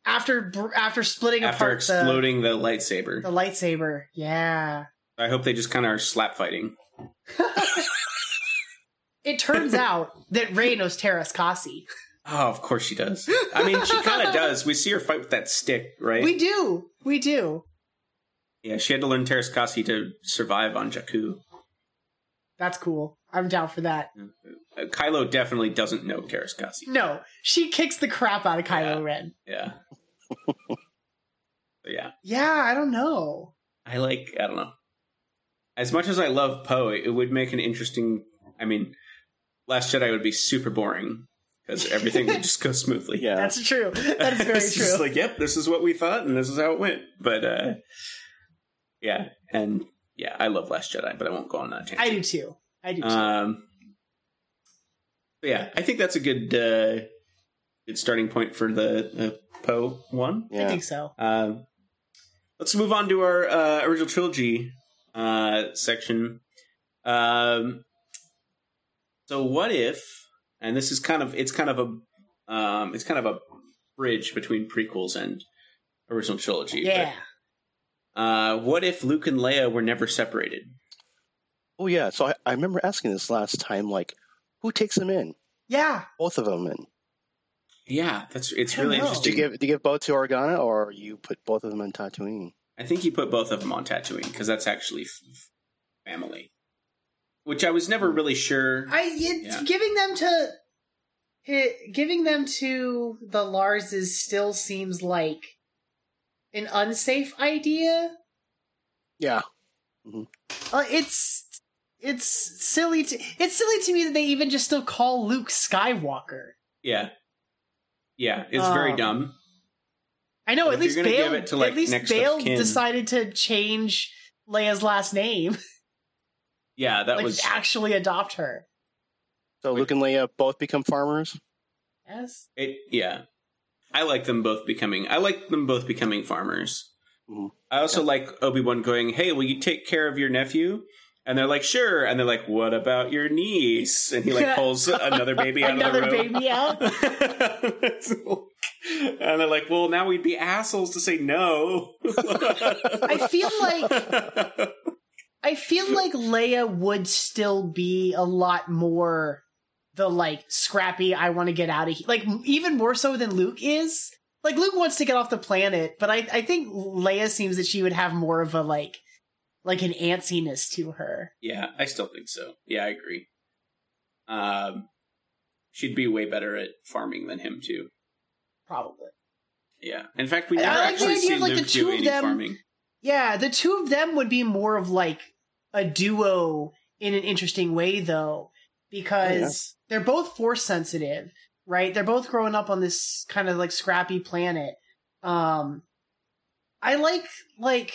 Speaker 3: after br- after splitting
Speaker 2: after
Speaker 3: apart
Speaker 2: exploding the,
Speaker 3: the,
Speaker 2: lightsaber.
Speaker 3: the lightsaber. Yeah.
Speaker 2: I hope they just kind of are slap fighting.
Speaker 3: It turns out that Rey knows Terras Kasi.
Speaker 2: Oh, of course she does. I mean, she kind of does. We see her fight with that stick, right?
Speaker 3: We do. We do.
Speaker 2: yeah, she had to learn Terraskasi to survive on Jakku.
Speaker 3: That's cool. I'm down for that.
Speaker 2: Uh, Kylo definitely doesn't know Terraskasi.
Speaker 3: No, she kicks the crap out of Kylo
Speaker 2: Yeah.
Speaker 3: Ren.
Speaker 2: Yeah. But yeah,
Speaker 3: Yeah, I don't know.
Speaker 2: I like, I don't know. As much as I love Poe, it would make an interesting. I mean, Last Jedi would be super boring because everything would just go smoothly.
Speaker 4: Yeah.
Speaker 3: That's true. That's very
Speaker 2: It's just
Speaker 3: true.
Speaker 2: like, yep, this is what we thought, and this is how it went. But uh yeah, and yeah, I love Last Jedi, but I won't go on that
Speaker 3: I
Speaker 2: tangent.
Speaker 3: do too. I do too.
Speaker 2: um, but yeah, I think that's a good uh good starting point for the uh, Poe one.
Speaker 3: I
Speaker 4: yeah.
Speaker 3: think so.
Speaker 2: Um, let's move on to our uh, original trilogy uh, section. Um, so, what if? And this is kind of it's kind of a um, it's kind of a bridge between prequels and original trilogy. but,
Speaker 3: Yeah.
Speaker 2: uh, what if Luke and Leia were never separated?
Speaker 4: Oh yeah. So I, I remember asking this last time, like, who takes them in?
Speaker 3: Yeah.
Speaker 4: Both of them in.
Speaker 2: Yeah, that's it's
Speaker 3: I don't
Speaker 2: really
Speaker 3: know.
Speaker 4: Do
Speaker 2: interesting.
Speaker 4: you give do you give both to Organa or you put both of them in Tatooine?
Speaker 2: I think he put both of them on Tatooine because that's actually f- f- family, which I was never really sure.
Speaker 3: Hmm. I it's
Speaker 2: Yeah.
Speaker 3: giving them to it, giving them to the Larses still seems like an unsafe idea.
Speaker 4: Yeah.
Speaker 3: Uh, it's it's silly to it's silly to me that they even just still call Luke Skywalker.
Speaker 2: Yeah. Yeah, it's very
Speaker 3: Um,
Speaker 2: dumb.
Speaker 3: I know
Speaker 2: But
Speaker 3: at
Speaker 2: if
Speaker 3: least
Speaker 2: you're gonna
Speaker 3: Bale
Speaker 2: give it to, like,
Speaker 3: at least
Speaker 2: next of
Speaker 3: Bale
Speaker 2: kin-
Speaker 3: decided to change Leia's last name,
Speaker 2: Yeah, that
Speaker 3: like
Speaker 2: was
Speaker 3: actually adopt her.
Speaker 4: So
Speaker 2: Wait.
Speaker 4: Luke and Leia both become farmers.
Speaker 3: Yes.
Speaker 2: it. Yeah, I like them both becoming. I like them both becoming farmers.
Speaker 4: Mhm.
Speaker 2: I also like Obi Wan going, "Hey, will you take care of your nephew?" And they're like, "Sure." And they're like, "What about your niece?" And he like
Speaker 3: Yeah.
Speaker 2: pulls another baby out
Speaker 3: Another
Speaker 2: of the room.
Speaker 3: baby out.
Speaker 2: and they're like, "Well, now we'd be assholes to say no."
Speaker 3: I feel like
Speaker 2: like
Speaker 3: I feel like Leia would still be a lot more the like scrappy I want to get out of here. Like m- even more so than Luke is. Like Luke wants to get off the planet, but I I think Leia seems that she would have more of a like like an antsiness to her.
Speaker 2: Yeah, I still think so. Yeah, I agree. Um, she'd be way better at farming than him too.
Speaker 3: Probably.
Speaker 2: Yeah. In fact, we
Speaker 3: I
Speaker 2: never
Speaker 3: like the
Speaker 2: actually
Speaker 3: idea
Speaker 2: see
Speaker 3: of, like, the
Speaker 2: Luke
Speaker 3: two
Speaker 2: do
Speaker 3: of
Speaker 2: any
Speaker 3: them-
Speaker 2: farming.
Speaker 3: Yeah, the two of them would be more of like a duo in an interesting way though because they're both force sensitive, right? They're both growing up on this kind of like scrappy planet. Um I like like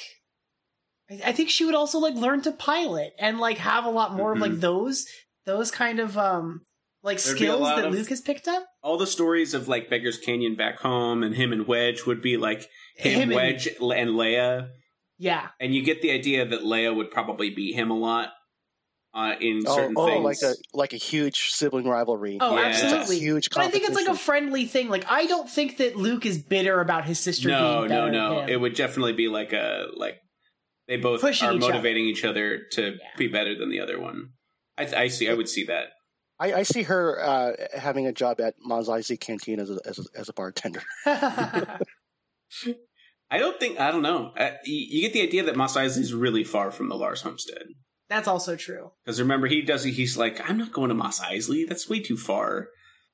Speaker 3: I I think she would also like learn to pilot and like have a lot more of like
Speaker 2: Mhm.
Speaker 3: those those kind of um like
Speaker 2: There'd be a
Speaker 3: skills
Speaker 2: lot
Speaker 3: that
Speaker 2: of-
Speaker 3: Luke has picked up.
Speaker 2: All the stories of like Beggar's Canyon back home and him and Wedge would be like him,
Speaker 3: Him and-
Speaker 2: Wedge, and, and Leia,
Speaker 3: Yeah.
Speaker 2: and you get the idea that Leia would probably beat him a lot uh, in
Speaker 4: Oh,
Speaker 2: certain
Speaker 4: oh,
Speaker 2: things.
Speaker 4: like a like a huge sibling rivalry.
Speaker 3: Oh,
Speaker 2: Yeah.
Speaker 4: It's a
Speaker 3: absolutely.
Speaker 4: huge
Speaker 3: But I think it's like a
Speaker 4: competition.
Speaker 3: friendly thing. Like I don't think that Luke is bitter about his sister
Speaker 2: no,
Speaker 3: being
Speaker 2: no,
Speaker 3: better
Speaker 2: no.
Speaker 3: than him.
Speaker 2: It would definitely be like a like they both
Speaker 3: Pushing
Speaker 2: are
Speaker 3: each other.
Speaker 2: motivating each other to
Speaker 3: Yeah.
Speaker 2: be better than the other one. I, th- I see. I would see that.
Speaker 4: I, I see her uh, having a job at Mos Eisley Canteen as a, as a, as a bartender.
Speaker 2: I don't think. I don't know. Uh, you, you get the idea that Mos Eisley is really far from the Lars homestead
Speaker 3: That's also true.
Speaker 2: because remember he does. He's like, I'm not going to Mos Eisley. That's way too far.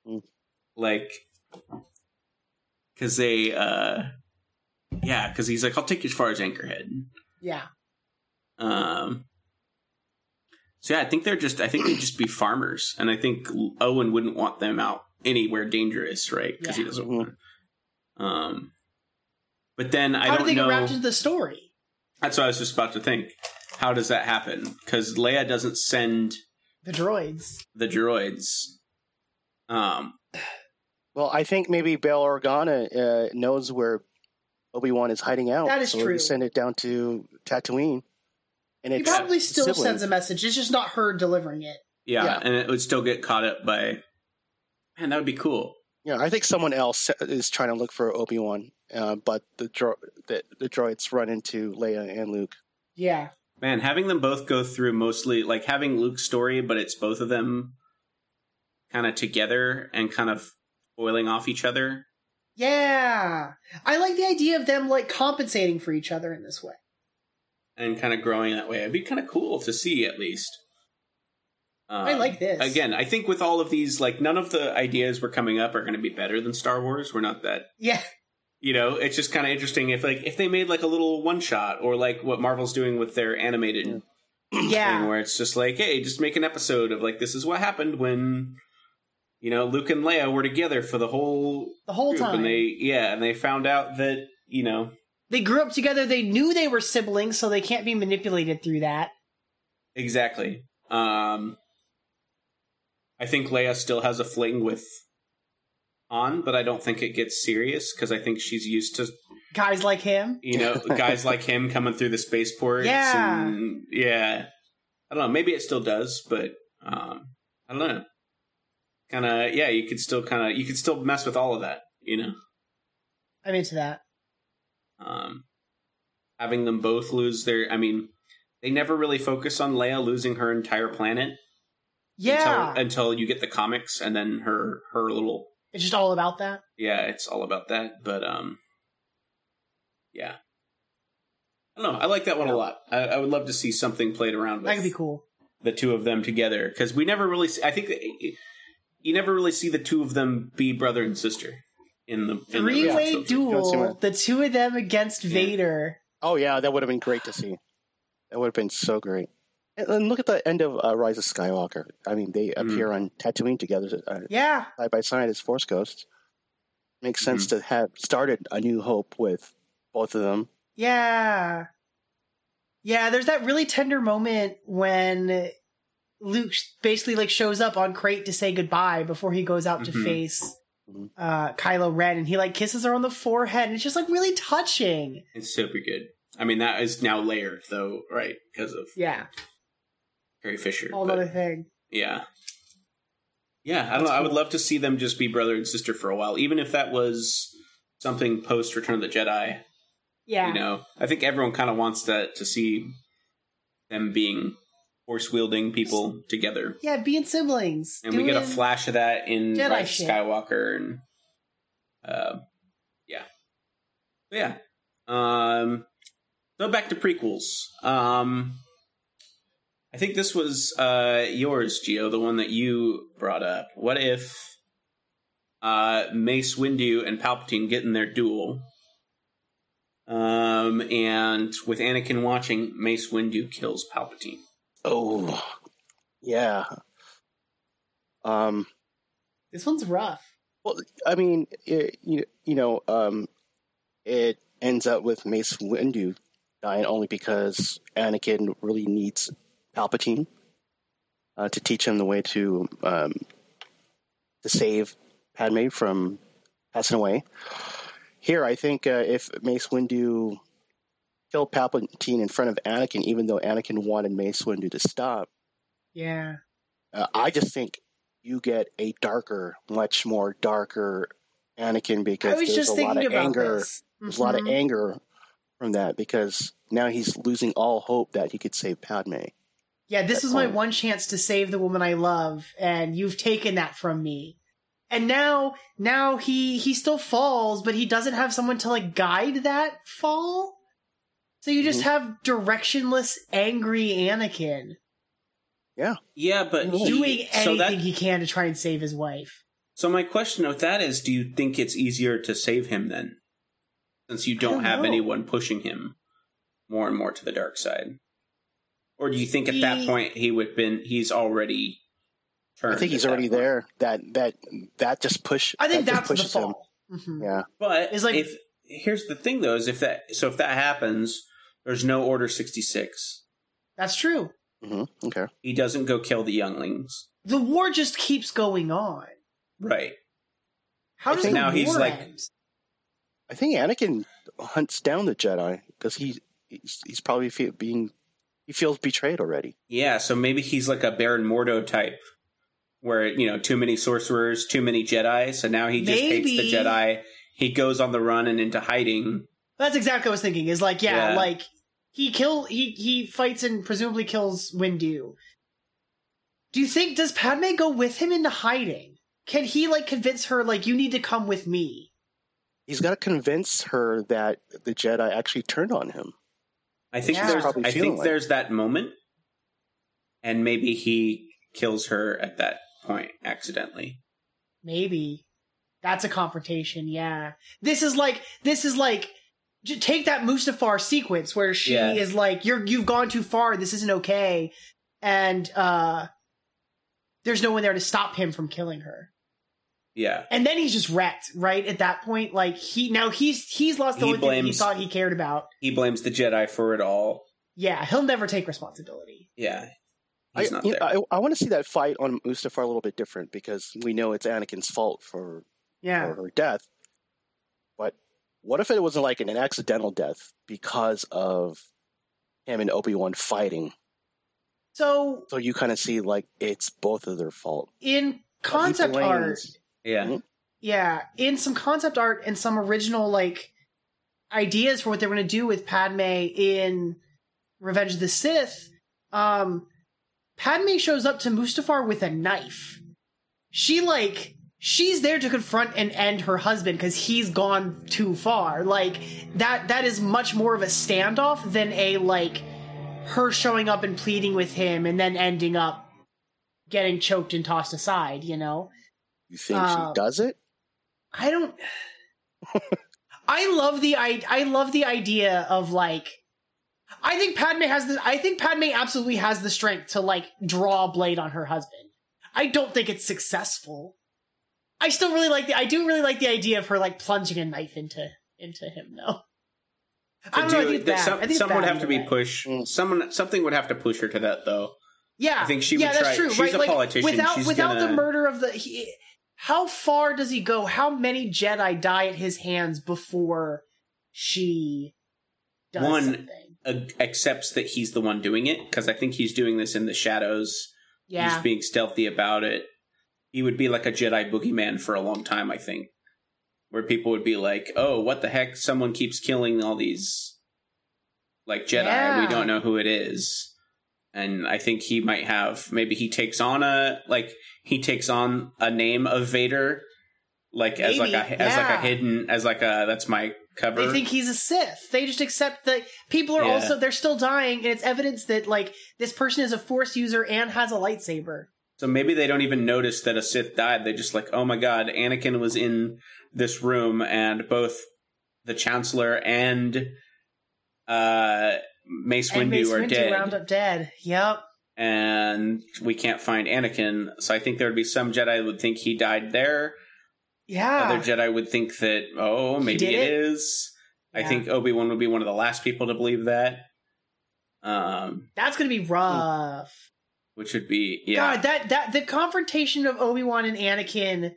Speaker 4: Mm.
Speaker 2: Like, because they, uh yeah, because he's like, I'll take you as far as Anchorhead.
Speaker 3: Yeah.
Speaker 2: Um. So yeah, I think they're just. I think they'd just be farmers, and I think Owen wouldn't want them out anywhere dangerous, right? Because he
Speaker 3: Yeah.
Speaker 2: doesn't want. Um. But then I
Speaker 3: How do
Speaker 2: don't
Speaker 3: they
Speaker 2: know.
Speaker 3: get wrapped into the story?
Speaker 2: That's what I was just about to think. How does that happen? Because Leia doesn't send
Speaker 3: The droids.
Speaker 2: the droids. Um.
Speaker 4: Well, I think maybe Bail Organa uh, knows where Obi Wan is hiding out.
Speaker 3: That is
Speaker 4: so
Speaker 3: true.
Speaker 4: You send it down to Tatooine, and
Speaker 3: He
Speaker 4: it's
Speaker 3: probably still
Speaker 4: siblings.
Speaker 3: sends a message. It's just not her delivering it.
Speaker 2: Yeah,
Speaker 4: Yeah.
Speaker 2: and it would still get caught up by. Man, that would be cool.
Speaker 4: you know, I think someone else is trying to look for Obi Wan, uh, but the, dro- the the droids run into Leia and Luke.
Speaker 3: Yeah.
Speaker 2: Man, having them both go through mostly like having Luke's story, but it's both of them kind of together and kind of boiling off each other.
Speaker 3: Yeah. I like the idea of them like compensating for each other in this way.
Speaker 2: and kind of growing that way. It'd be kind of cool to see at least. Um,
Speaker 3: I like this.
Speaker 2: Again, I think with all of these, like none of the ideas we're coming up are going to be better than Star Wars. We're not that,
Speaker 3: Yeah.
Speaker 2: you know. It's just kind of interesting if like if they made like a little one shot or like what Marvel's doing with their animated
Speaker 4: Yeah.
Speaker 2: thing,
Speaker 3: Yeah.
Speaker 2: where it's just like, hey, just make an episode of like this is what happened when you know Luke and Leia were together for the whole
Speaker 3: The whole
Speaker 2: group,
Speaker 3: time.
Speaker 2: and
Speaker 3: They-,
Speaker 2: they yeah, and they found out that you know
Speaker 3: grew up together. They knew they were siblings, so they can't be manipulated through that.
Speaker 2: Exactly. Um, I think Leia still has a fling with Han, but I don't think it gets serious because I think she's used to
Speaker 3: Guys like him.
Speaker 2: you know guys like him coming through the spaceport.
Speaker 3: Yeah.
Speaker 2: and, yeah. I don't know. Maybe it still does, but um, I don't know. Kind of yeah. You could still kind of you could still mess with all of that. You know,
Speaker 3: I'm into that.
Speaker 2: um, having them both lose their. I mean, they never really focus on Leia losing her entire planet.
Speaker 3: Yeah.
Speaker 2: until, until you get the comics and then her her little
Speaker 3: it's just all about that.
Speaker 2: yeah it's all about that but um yeah i don't know i like that one a lot i, I would love to see something played around
Speaker 3: That could be
Speaker 2: with
Speaker 3: cool.
Speaker 2: the two of them together because we never really see, i think that it- you never really see the two of them be brother and sister in the in the
Speaker 3: Three way
Speaker 2: original trilogy.
Speaker 4: Don't see
Speaker 3: duel.
Speaker 4: what-
Speaker 3: The two of them against
Speaker 2: Yeah.
Speaker 3: Vader.
Speaker 4: Oh yeah, that would have been great to see. That would have been so great. And, and look at the end of uh, Rise of Skywalker. I mean, they
Speaker 2: Mm.
Speaker 4: appear on Tatooine together uh,
Speaker 3: Yeah.
Speaker 4: side by side as Force Ghosts. Makes sense to have started A New Hope with both of them.
Speaker 3: Yeah. Yeah, there's that really tender moment when Luke sh- basically like shows up on crate to say goodbye before he goes out to
Speaker 2: Mhm.
Speaker 3: face
Speaker 4: Mhm.
Speaker 3: uh Kylo Ren and he like kisses her on the forehead and it's just like really touching.
Speaker 2: it's super good i mean that is now layered though right because of
Speaker 3: Yeah.
Speaker 2: carrie fisher
Speaker 3: Whole
Speaker 2: but-
Speaker 3: other thing.
Speaker 2: Yeah. Yeah, I don't know. I would love to see them just be brother and sister for a while, even if that was something post Return of the Jedi.
Speaker 3: Yeah.
Speaker 2: You know, I think everyone kind of wants that to see them being force wielding people together,
Speaker 3: Yeah, being siblings.
Speaker 2: and we get a
Speaker 3: doing-
Speaker 2: flash of that in
Speaker 3: Jedi
Speaker 2: Rise of
Speaker 3: shit.
Speaker 2: Skywalker, and uh, yeah, But yeah. Um, so back to prequels. Um, I think this was uh, yours, Geo, the one that you brought up. What if uh, Mace Windu and Palpatine get in their duel? Um, and with Anakin watching, Mace Windu kills Palpatine.
Speaker 4: Oh, yeah. Um,
Speaker 3: This one's rough.
Speaker 4: I mean, it, you, you know, um, it ends up with Mace Windu dying only because Anakin really needs Palpatine uh, to teach him the way to um, to save Padme from passing away. Here, I think uh, if Mace Windu killed Palpatine in front of Anakin, even though Anakin wanted Mace Windu to stop,
Speaker 3: Yeah.
Speaker 4: uh, I just think you get a darker, much more darker Anakin because
Speaker 3: I was
Speaker 4: there's
Speaker 3: just
Speaker 4: a lot
Speaker 3: thinking
Speaker 4: of
Speaker 3: about
Speaker 4: anger.
Speaker 3: this.
Speaker 4: There's a lot of
Speaker 3: Mhm.
Speaker 4: anger from that because now he's losing all hope that he could save Padme.
Speaker 3: Yeah, this
Speaker 4: That
Speaker 3: was my
Speaker 4: point.
Speaker 3: one chance to save the woman I love, and you've taken that from me. And now, now he he still falls, but he doesn't have someone to like guide that fall. So you just
Speaker 4: Mhm.
Speaker 3: have directionless, angry Anakin
Speaker 2: Yeah, but
Speaker 4: Cool.
Speaker 2: he-
Speaker 3: doing
Speaker 2: so
Speaker 3: anything
Speaker 2: that
Speaker 3: he can to try and save his wife.
Speaker 2: So my question with that is, do you think it's easier to save him then, since you
Speaker 3: don't
Speaker 2: don't, have
Speaker 3: know.
Speaker 2: anyone pushing him more and more to the dark side, or do you think at that
Speaker 3: He-
Speaker 2: point he would been he's already turned?
Speaker 4: I think he's
Speaker 2: at that
Speaker 4: already
Speaker 2: point?
Speaker 4: there. That that that just push.
Speaker 3: I think
Speaker 4: that
Speaker 3: that's
Speaker 4: just
Speaker 3: the
Speaker 4: pushes him.
Speaker 3: fall. Mhm.
Speaker 4: Yeah,
Speaker 2: But
Speaker 3: It's
Speaker 2: is
Speaker 3: like-
Speaker 2: like if here's the thing though is if that so if that happens, there's no Order sixty six.
Speaker 3: That's true.
Speaker 4: hmm okay.
Speaker 2: He doesn't go kill the younglings,
Speaker 3: The war just keeps going on.
Speaker 2: right?
Speaker 3: How
Speaker 4: I
Speaker 3: does the
Speaker 4: think
Speaker 2: now
Speaker 3: war
Speaker 2: he's like-
Speaker 3: end?
Speaker 4: I think Anakin hunts down the Jedi because he he's, he's probably fe- being he feels betrayed already.
Speaker 2: Yeah, so maybe he's like a Baron Mordo type, where you know too many sorcerers, too many Jedi. So now he just hates
Speaker 3: Maybe.
Speaker 2: the Jedi. He goes on the run and into hiding.
Speaker 3: That's exactly what I was thinking. Is like, yeah,
Speaker 2: Yeah.
Speaker 3: like he kill he he fights and presumably kills Windu. Do you think does Padme go with him into hiding? Can he like convince her like you need to come with me?
Speaker 4: He's got to convince her that the Jedi actually turned on him.
Speaker 2: I think
Speaker 3: Yeah.
Speaker 2: there's
Speaker 4: Probably
Speaker 2: I
Speaker 4: feeling
Speaker 2: think
Speaker 4: like-
Speaker 2: there's that moment, and maybe he kills her at that point accidentally.
Speaker 3: Maybe that's a confrontation. Yeah, this is like this is like j- take that Mustafar sequence where she
Speaker 2: Yeah.
Speaker 3: is like you're you've gone too far. This isn't okay, and uh there's no one there to stop him from killing her.
Speaker 2: Yeah,
Speaker 3: and then he's just wrecked right at that point like he now he's he's lost the
Speaker 2: He
Speaker 3: only thing he
Speaker 2: blames-
Speaker 3: thought he cared about
Speaker 2: he blames the Jedi for it all.
Speaker 3: yeah he'll never take responsibility
Speaker 2: Yeah,
Speaker 4: I,
Speaker 2: he's not
Speaker 4: you know,
Speaker 2: there.
Speaker 4: I, want to see that fight on Mustafar a little bit different because we know it's Anakin's fault for,
Speaker 3: yeah
Speaker 4: for her death. But what if it was like an, an accidental death because of him and Obi Wan fighting?
Speaker 3: so
Speaker 4: So you kind of see like it's both of their fault.
Speaker 3: in
Speaker 4: But he
Speaker 3: concept art
Speaker 4: blames-
Speaker 2: yeah,
Speaker 3: yeah in some concept art and some original like ideas for what they were going to do with padme in revenge of the sith um padme shows up to mustafar with a knife she like she's there to confront and end her husband because he's gone too far like that that is much more of a standoff than a like her showing up and pleading with him and then ending up getting choked and tossed aside you know
Speaker 4: You think
Speaker 3: Uh,
Speaker 4: she does it?
Speaker 3: I don't. I love the I I love the idea of like. I think Padme has the. I think Padme absolutely has the strength to like draw a blade on her husband. I don't think it's successful. I still really like the. I do really like the idea of her like plunging a knife into into him though. I don't know. I think it's
Speaker 2: that
Speaker 3: bad.
Speaker 2: some,
Speaker 3: I think it's
Speaker 2: some would
Speaker 3: bad
Speaker 2: have to be
Speaker 3: either way.
Speaker 2: pushed.
Speaker 4: Mm.
Speaker 2: Someone, something would have to push her to that, though.
Speaker 3: Yeah,
Speaker 2: I think she
Speaker 3: yeah,
Speaker 2: would try-
Speaker 3: that's true.
Speaker 2: she's
Speaker 3: right?
Speaker 2: a
Speaker 3: like,
Speaker 2: politician.
Speaker 3: Without
Speaker 2: She's
Speaker 3: without the
Speaker 2: gonna-
Speaker 3: murder of the, he, how far does he go? How many Jedi die at his hands before she does
Speaker 2: One.
Speaker 3: something?
Speaker 2: Uh, accepts that he's the one doing it because I think he's doing this in the shadows.
Speaker 3: Yeah,
Speaker 2: He's being stealthy about it. He would be like a Jedi boogeyman for a long time, I think, where people would be like, "Oh, what the heck? Someone keeps killing all these like Jedi.
Speaker 3: Yeah.
Speaker 2: We don't know who it is." And I think he might have maybe he takes on a like he takes on a name of Vader, like as like
Speaker 3: Maybe,
Speaker 2: a as like
Speaker 3: yeah.
Speaker 2: a hidden as like a that's my cover.
Speaker 3: they think he's a Sith. They just accept that people are
Speaker 2: Yeah.
Speaker 3: also they're still dying, and it's evidence that like this person is a Force user and has a lightsaber.
Speaker 2: So maybe they don't even notice that a Sith died. They're just like, oh my god, Anakin was in this room, and both the Chancellor and uh, Mace
Speaker 3: and
Speaker 2: Windu
Speaker 3: Mace
Speaker 2: are
Speaker 3: Windu
Speaker 2: dead,
Speaker 3: wound up dead. Yep.
Speaker 2: and we can't find Anakin. So I think there would be some Jedi that would think he died there.
Speaker 3: Yeah.
Speaker 2: Other Jedi would think that, oh,
Speaker 3: Ah. He
Speaker 2: maybe
Speaker 3: did
Speaker 2: it
Speaker 3: it?
Speaker 2: is. I
Speaker 3: Yeah.
Speaker 2: think Obi Wan would be one of the last people to believe that. Um,
Speaker 3: that's gonna be rough.
Speaker 2: which would be yeah,
Speaker 3: God, that that the confrontation of Obi Wan and Anakin,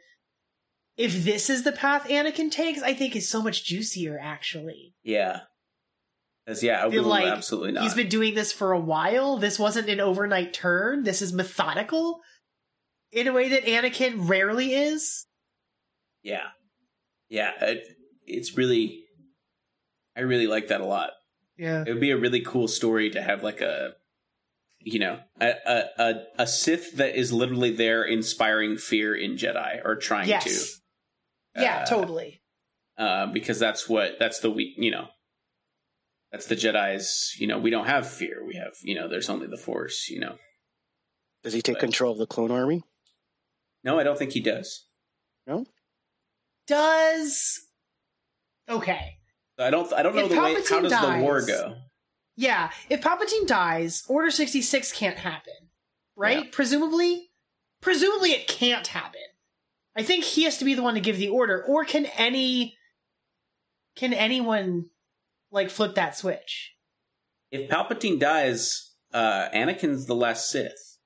Speaker 3: if this is the path Anakin takes, I think is so much juicier. Actually,
Speaker 2: yeah. Because yeah, Obi
Speaker 3: Feel
Speaker 2: Wan
Speaker 3: like
Speaker 2: absolutely not.
Speaker 3: he's been doing this for a while. This wasn't an overnight turn. This is methodical, in a way that Anakin rarely is.
Speaker 2: yeah yeah it, it's really i really like that a lot
Speaker 3: Yeah,
Speaker 2: it would be a really cool story to have like a you know a a, a, a sith that is literally there inspiring fear in jedi or trying
Speaker 3: Yes.
Speaker 2: to
Speaker 3: yeah,
Speaker 2: Uh,
Speaker 3: totally.
Speaker 2: uh, because that's what that's the we you know that's the jedi's you know we don't have fear we have you know there's only the force you know
Speaker 4: Does he take
Speaker 2: but-
Speaker 4: control of the clone army?
Speaker 2: no i don't think he does
Speaker 3: Does okay.
Speaker 2: i don't i don't know
Speaker 3: If
Speaker 2: the way how
Speaker 3: Palpatine
Speaker 2: does the war
Speaker 3: dies-
Speaker 2: go
Speaker 3: Yeah, if Palpatine dies, Order 66 can't happen. Right? Presumably? Presumably it can't happen. I think he has to be the one to give the order or can any can anyone like flip that switch?
Speaker 2: if Palpatine dies, uh, Anakin's the last Sith,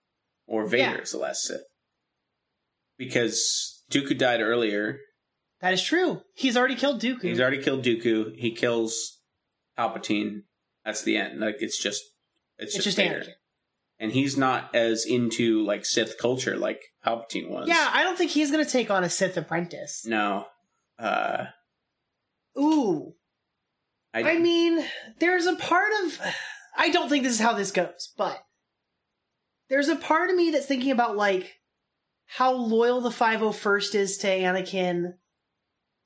Speaker 2: or Vader's the last Sith, because Dooku died earlier.
Speaker 3: That is true. He's already killed Dooku.
Speaker 2: He's already killed Dooku. He kills Palpatine. That's the end. Like it's just, it's,
Speaker 3: it's
Speaker 2: just,
Speaker 3: just
Speaker 2: Vader.
Speaker 3: Anakin.
Speaker 2: and he's not as into like Sith culture like Palpatine was.
Speaker 3: Yeah, I don't think he's going to take on a Sith apprentice.
Speaker 2: No. Uh, Mm.
Speaker 3: Ooh.
Speaker 2: I,
Speaker 3: I mean, there's a part of. I don't think this is how this goes, but there's a part of me that's thinking about, like, how loyal the 501st is to Anakin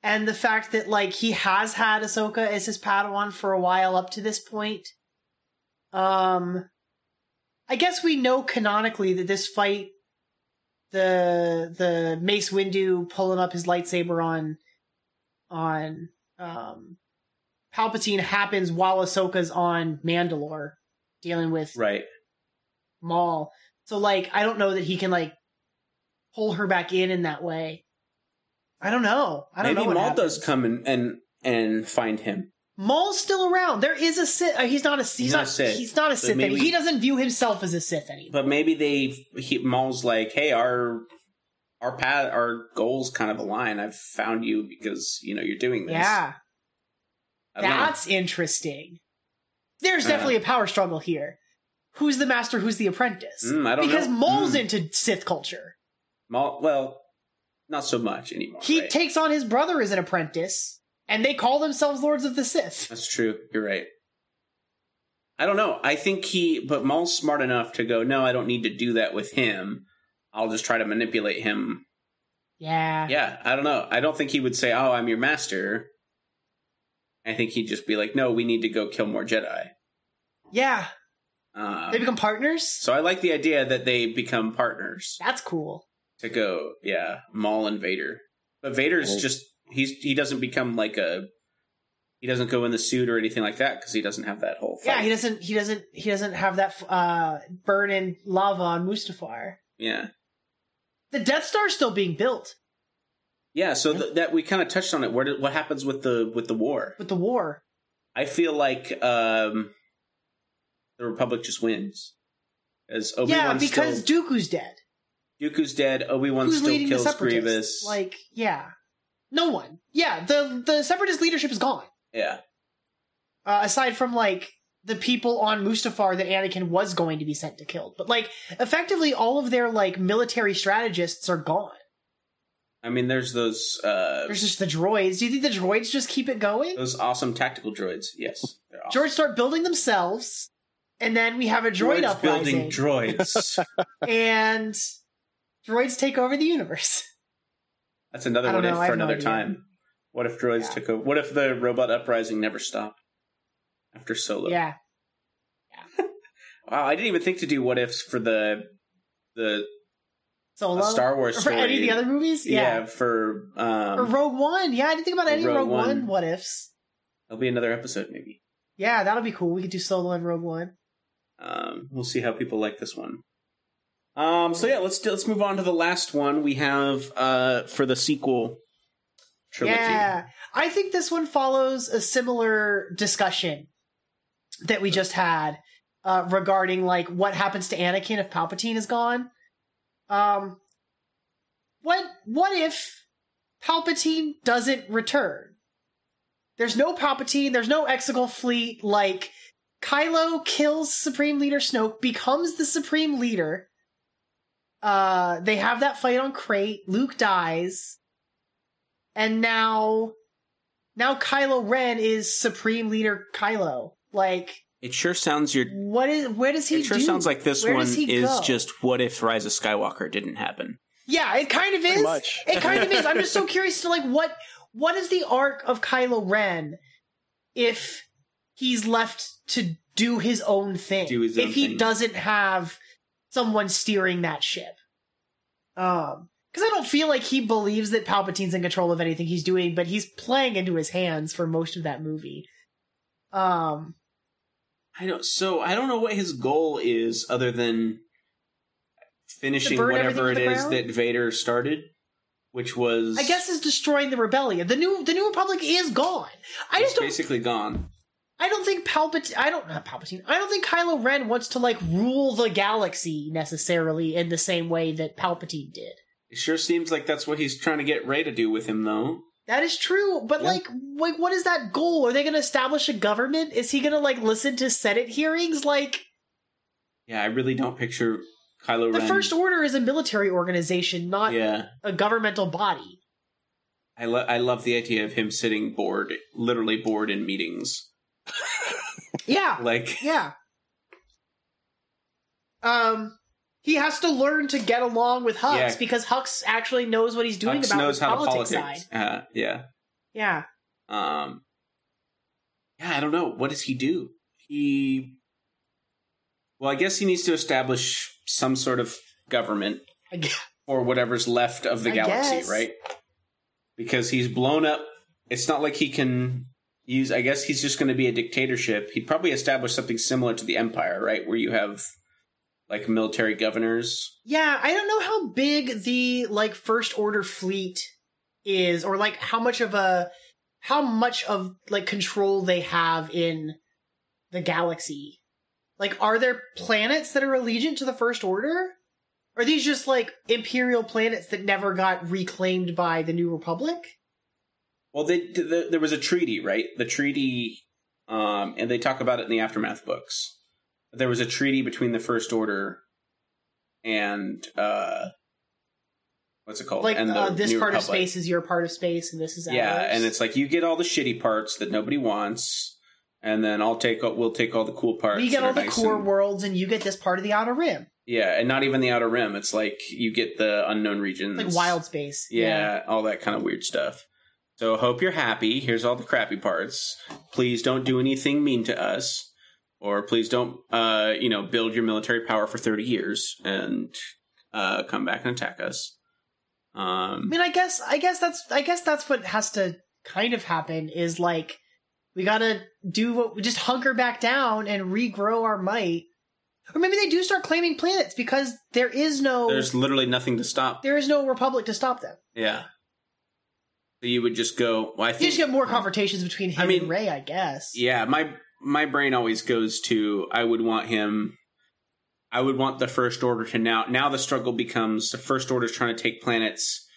Speaker 3: and the fact that, like, he has had Ahsoka as his Padawan for a while up to this point. Um, I guess we know canonically that this fight, the the Mace Windu pulling up his lightsaber on on um, Palpatine happens while Ahsoka's on Mandalore dealing with
Speaker 2: right.
Speaker 3: Maul. So like I don't know that he can like pull her back in in that way. I don't know. I don't
Speaker 2: Maybe
Speaker 3: know. what
Speaker 2: Maul does
Speaker 3: happens.
Speaker 2: come and, and and find him.
Speaker 3: Maul's still around. There is a Sith. Uh, he's not a. He's,
Speaker 2: He's
Speaker 3: not.
Speaker 2: not a Sith,
Speaker 3: he's not a Sith.
Speaker 2: maybe-
Speaker 3: He doesn't view himself as a Sith anymore.
Speaker 2: But maybe they he, Maul's like, "Hey, our our path, our goals kind of align. I've found you because, you know, you're doing this."
Speaker 3: Yeah,
Speaker 2: I don't know.
Speaker 3: that's interesting. There's
Speaker 2: Uh,
Speaker 3: definitely a power struggle here. Who's the master? Who's the apprentice?
Speaker 2: Mm, I don't
Speaker 3: because
Speaker 2: know.
Speaker 3: Maul's
Speaker 2: Mm.
Speaker 3: into Sith culture.
Speaker 2: Maul, well, not so much anymore.
Speaker 3: He
Speaker 2: right?
Speaker 3: takes on his brother as an apprentice, and they call themselves Lords of the Sith.
Speaker 2: That's true. You're right. I don't know. I think he, but Maul's smart enough to go, no, I don't need to do that with him. I'll just try to manipulate him.
Speaker 3: Yeah.
Speaker 2: Yeah, I don't know. I don't think he would say, oh, I'm your master. I think he'd just be like, no, we need to go kill more Jedi.
Speaker 3: Yeah.
Speaker 2: Um,
Speaker 3: They become partners?
Speaker 2: so I like the idea that they become partners
Speaker 3: That's cool.
Speaker 2: to go, yeah, Maul and Vader. But Vader's
Speaker 4: Well-
Speaker 2: just, he's he doesn't become like a, he doesn't go in the suit or anything like that because he doesn't have that whole
Speaker 3: Yeah,
Speaker 2: fight.
Speaker 3: he doesn't he doesn't he doesn't have that uh burn in lava on Mustafar.
Speaker 2: yeah.
Speaker 3: The Death Star's still being built
Speaker 2: Yeah, so th- that we kind of touched on it. Where did, what happens with the with the war?
Speaker 3: with the war.
Speaker 2: I feel like um the Republic just wins. As Obi
Speaker 3: yeah,
Speaker 2: Wan
Speaker 3: because
Speaker 2: still,
Speaker 3: Dooku's dead.
Speaker 2: Dooku's dead, Obi Wan
Speaker 3: Who's
Speaker 2: still
Speaker 3: leading the
Speaker 2: kills
Speaker 3: separatists?
Speaker 2: Grievous.
Speaker 3: Like, yeah. No one. Yeah, the the separatist leadership is gone.
Speaker 2: yeah,
Speaker 3: uh, aside from like the people on Mustafar that Anakin was going to be sent to kill. But like effectively all of their like military strategists are gone.
Speaker 2: I mean, there's those uh
Speaker 3: There's just the droids. Do you think the droids just keep it going?
Speaker 2: those awesome tactical droids. Yes, they're awesome.
Speaker 3: Droids start building themselves, and then we have a droid
Speaker 2: droids building
Speaker 3: uprising,
Speaker 2: droids.
Speaker 3: and droids take over the universe.
Speaker 2: That's
Speaker 3: I
Speaker 2: another
Speaker 3: don't
Speaker 2: what
Speaker 3: know.
Speaker 2: if
Speaker 3: I
Speaker 2: for
Speaker 3: have no
Speaker 2: another
Speaker 3: idea.
Speaker 2: time. What if droids
Speaker 3: Yeah.
Speaker 2: took over? What if the robot uprising never stopped after Solo?
Speaker 3: Yeah,
Speaker 2: Wow, I didn't even think to do what ifs for the the
Speaker 3: Solo.
Speaker 2: Star Wars
Speaker 3: Or for any of
Speaker 2: story.
Speaker 3: the other movies.
Speaker 2: yeah,
Speaker 3: Yeah.
Speaker 2: for
Speaker 3: Or
Speaker 2: um
Speaker 3: Rogue One. Yeah, I didn't think about any Rogue,
Speaker 2: Rogue
Speaker 3: One.
Speaker 2: One.
Speaker 3: what ifs.
Speaker 2: it'll be another episode maybe
Speaker 3: Yeah, that'll be cool. We could do Solo and Rogue One.
Speaker 2: um we'll see how people like this one um so yeah let's do, let's move on to the last one we have uh for the sequel trilogy
Speaker 3: Yeah. I think this one follows a similar discussion that we just had uh, regarding like what happens to Anakin if Palpatine is gone. Um what what if Palpatine doesn't return? There's no Palpatine, there's no Exegol fleet like Kylo kills Supreme Leader Snoke, becomes the Supreme Leader. Uh they have that fight on Crate, Luke dies and now now Kylo Ren is Supreme Leader Kylo. Like
Speaker 2: it sure sounds your
Speaker 3: what is where does he
Speaker 2: it sure
Speaker 3: do?
Speaker 2: sounds like this
Speaker 3: Where
Speaker 2: one
Speaker 3: does he
Speaker 2: is
Speaker 3: go?
Speaker 2: just what if rise of skywalker didn't happen
Speaker 3: Yeah, it kind of is.
Speaker 4: Pretty much.
Speaker 3: It kind of is. I'm just so curious to like what what is the arc of Kylo Ren if he's left to do his own thing.
Speaker 2: Do his
Speaker 3: if
Speaker 2: own
Speaker 3: he
Speaker 2: thing.
Speaker 3: doesn't have someone steering that ship. Um because I don't feel like he believes that Palpatine's in control of anything he's doing, but he's playing into his hands for most of that movie. Um
Speaker 2: i don't so i don't know what his goal is other than finishing
Speaker 3: burn
Speaker 2: whatever it
Speaker 3: everything to the
Speaker 2: is
Speaker 3: ground?
Speaker 2: that vader started which was
Speaker 3: I guess is destroying the rebellion. The new the new republic is gone. I
Speaker 2: it's
Speaker 3: just don't
Speaker 2: basically gone
Speaker 3: I don't think Palpatine. I don't not Palpatine. I don't think Kylo Ren wants to like rule the galaxy necessarily in the same way that Palpatine did.
Speaker 2: It sure seems like that's what he's trying to get Ray to do with him, though.
Speaker 3: That is true, but
Speaker 2: Yeah.
Speaker 3: like, like, what is that goal? Are they going to establish a government? Is he going to like listen to Senate hearings? Like,
Speaker 2: Yeah, I really don't picture Kylo
Speaker 3: The
Speaker 2: Ren.
Speaker 3: First Order is a military organization, not
Speaker 2: yeah,
Speaker 3: a governmental body.
Speaker 2: I lo- I love the idea of him sitting bored, literally bored in meetings.
Speaker 3: Yeah,
Speaker 2: Like,
Speaker 3: yeah. Um, he has to learn to get along with Hux
Speaker 2: Yeah.
Speaker 3: because Hux actually knows what he's doing
Speaker 2: Hux
Speaker 3: about
Speaker 2: knows
Speaker 3: the
Speaker 2: how to
Speaker 3: politics,
Speaker 2: politics.
Speaker 3: side.
Speaker 2: Uh, yeah.
Speaker 3: Yeah,
Speaker 2: Um. Yeah, I don't know. What does he do? He. Well, I guess he needs to establish some sort of government
Speaker 3: I guess.
Speaker 2: or whatever's left of the
Speaker 3: I
Speaker 2: galaxy,
Speaker 3: guess.
Speaker 2: right? Because he's blown up. It's not like he can use. I guess he's just going to be a dictatorship. He'd probably establish something similar to the Empire, right? Where you have like military governors.
Speaker 3: yeah. I don't know how big the like First Order fleet is, or like how much of a how much of like control they have in the galaxy. Like, are there planets that are allegiant to the First Order? Are these just like imperial planets that never got reclaimed by the New Republic?
Speaker 2: Well, they, th th there was a treaty, right? The treaty, um, and they talk about it in the aftermath books. There was a treaty between the First Order and uh, what's it called?
Speaker 3: like
Speaker 2: Oh, and the
Speaker 3: uh, this
Speaker 2: New
Speaker 3: part of
Speaker 2: Republic.
Speaker 3: space is your part of space and this is
Speaker 2: Yeah,
Speaker 3: ours.
Speaker 2: and it's like you get all the shitty parts that nobody wants, and then I'll take we'll take all the cool parts.
Speaker 3: we get
Speaker 2: that
Speaker 3: all
Speaker 2: are
Speaker 3: the
Speaker 2: nice
Speaker 3: core
Speaker 2: and-
Speaker 3: worlds and you get this part of the outer rim
Speaker 2: Yeah, and not even the outer rim. It's like you get the unknown regions,
Speaker 3: like wild space
Speaker 2: Mm. yeah, all that kind of weird stuff. So hope you're happy. Here's all the crappy parts. Please don't do anything mean to us, or please don't, uh, you know, build your military power for thirty years and uh, come back and attack us.
Speaker 3: i
Speaker 2: Um,
Speaker 3: mean i guess i guess that's i guess that's what has to kind of happen is like we gotta do what we just hunker back down and regrow our might or maybe they do start claiming planets because there is no
Speaker 2: there's literally nothing to stop.
Speaker 3: there is no republic to stop them
Speaker 2: Yeah. So you would just go. Well, I think
Speaker 3: you just get more confrontations between him
Speaker 2: I mean-
Speaker 3: and ray i guess
Speaker 2: Yeah, my my brain always goes to I would want him. I would want the first order to now. Now the struggle becomes the first order is trying to take planets,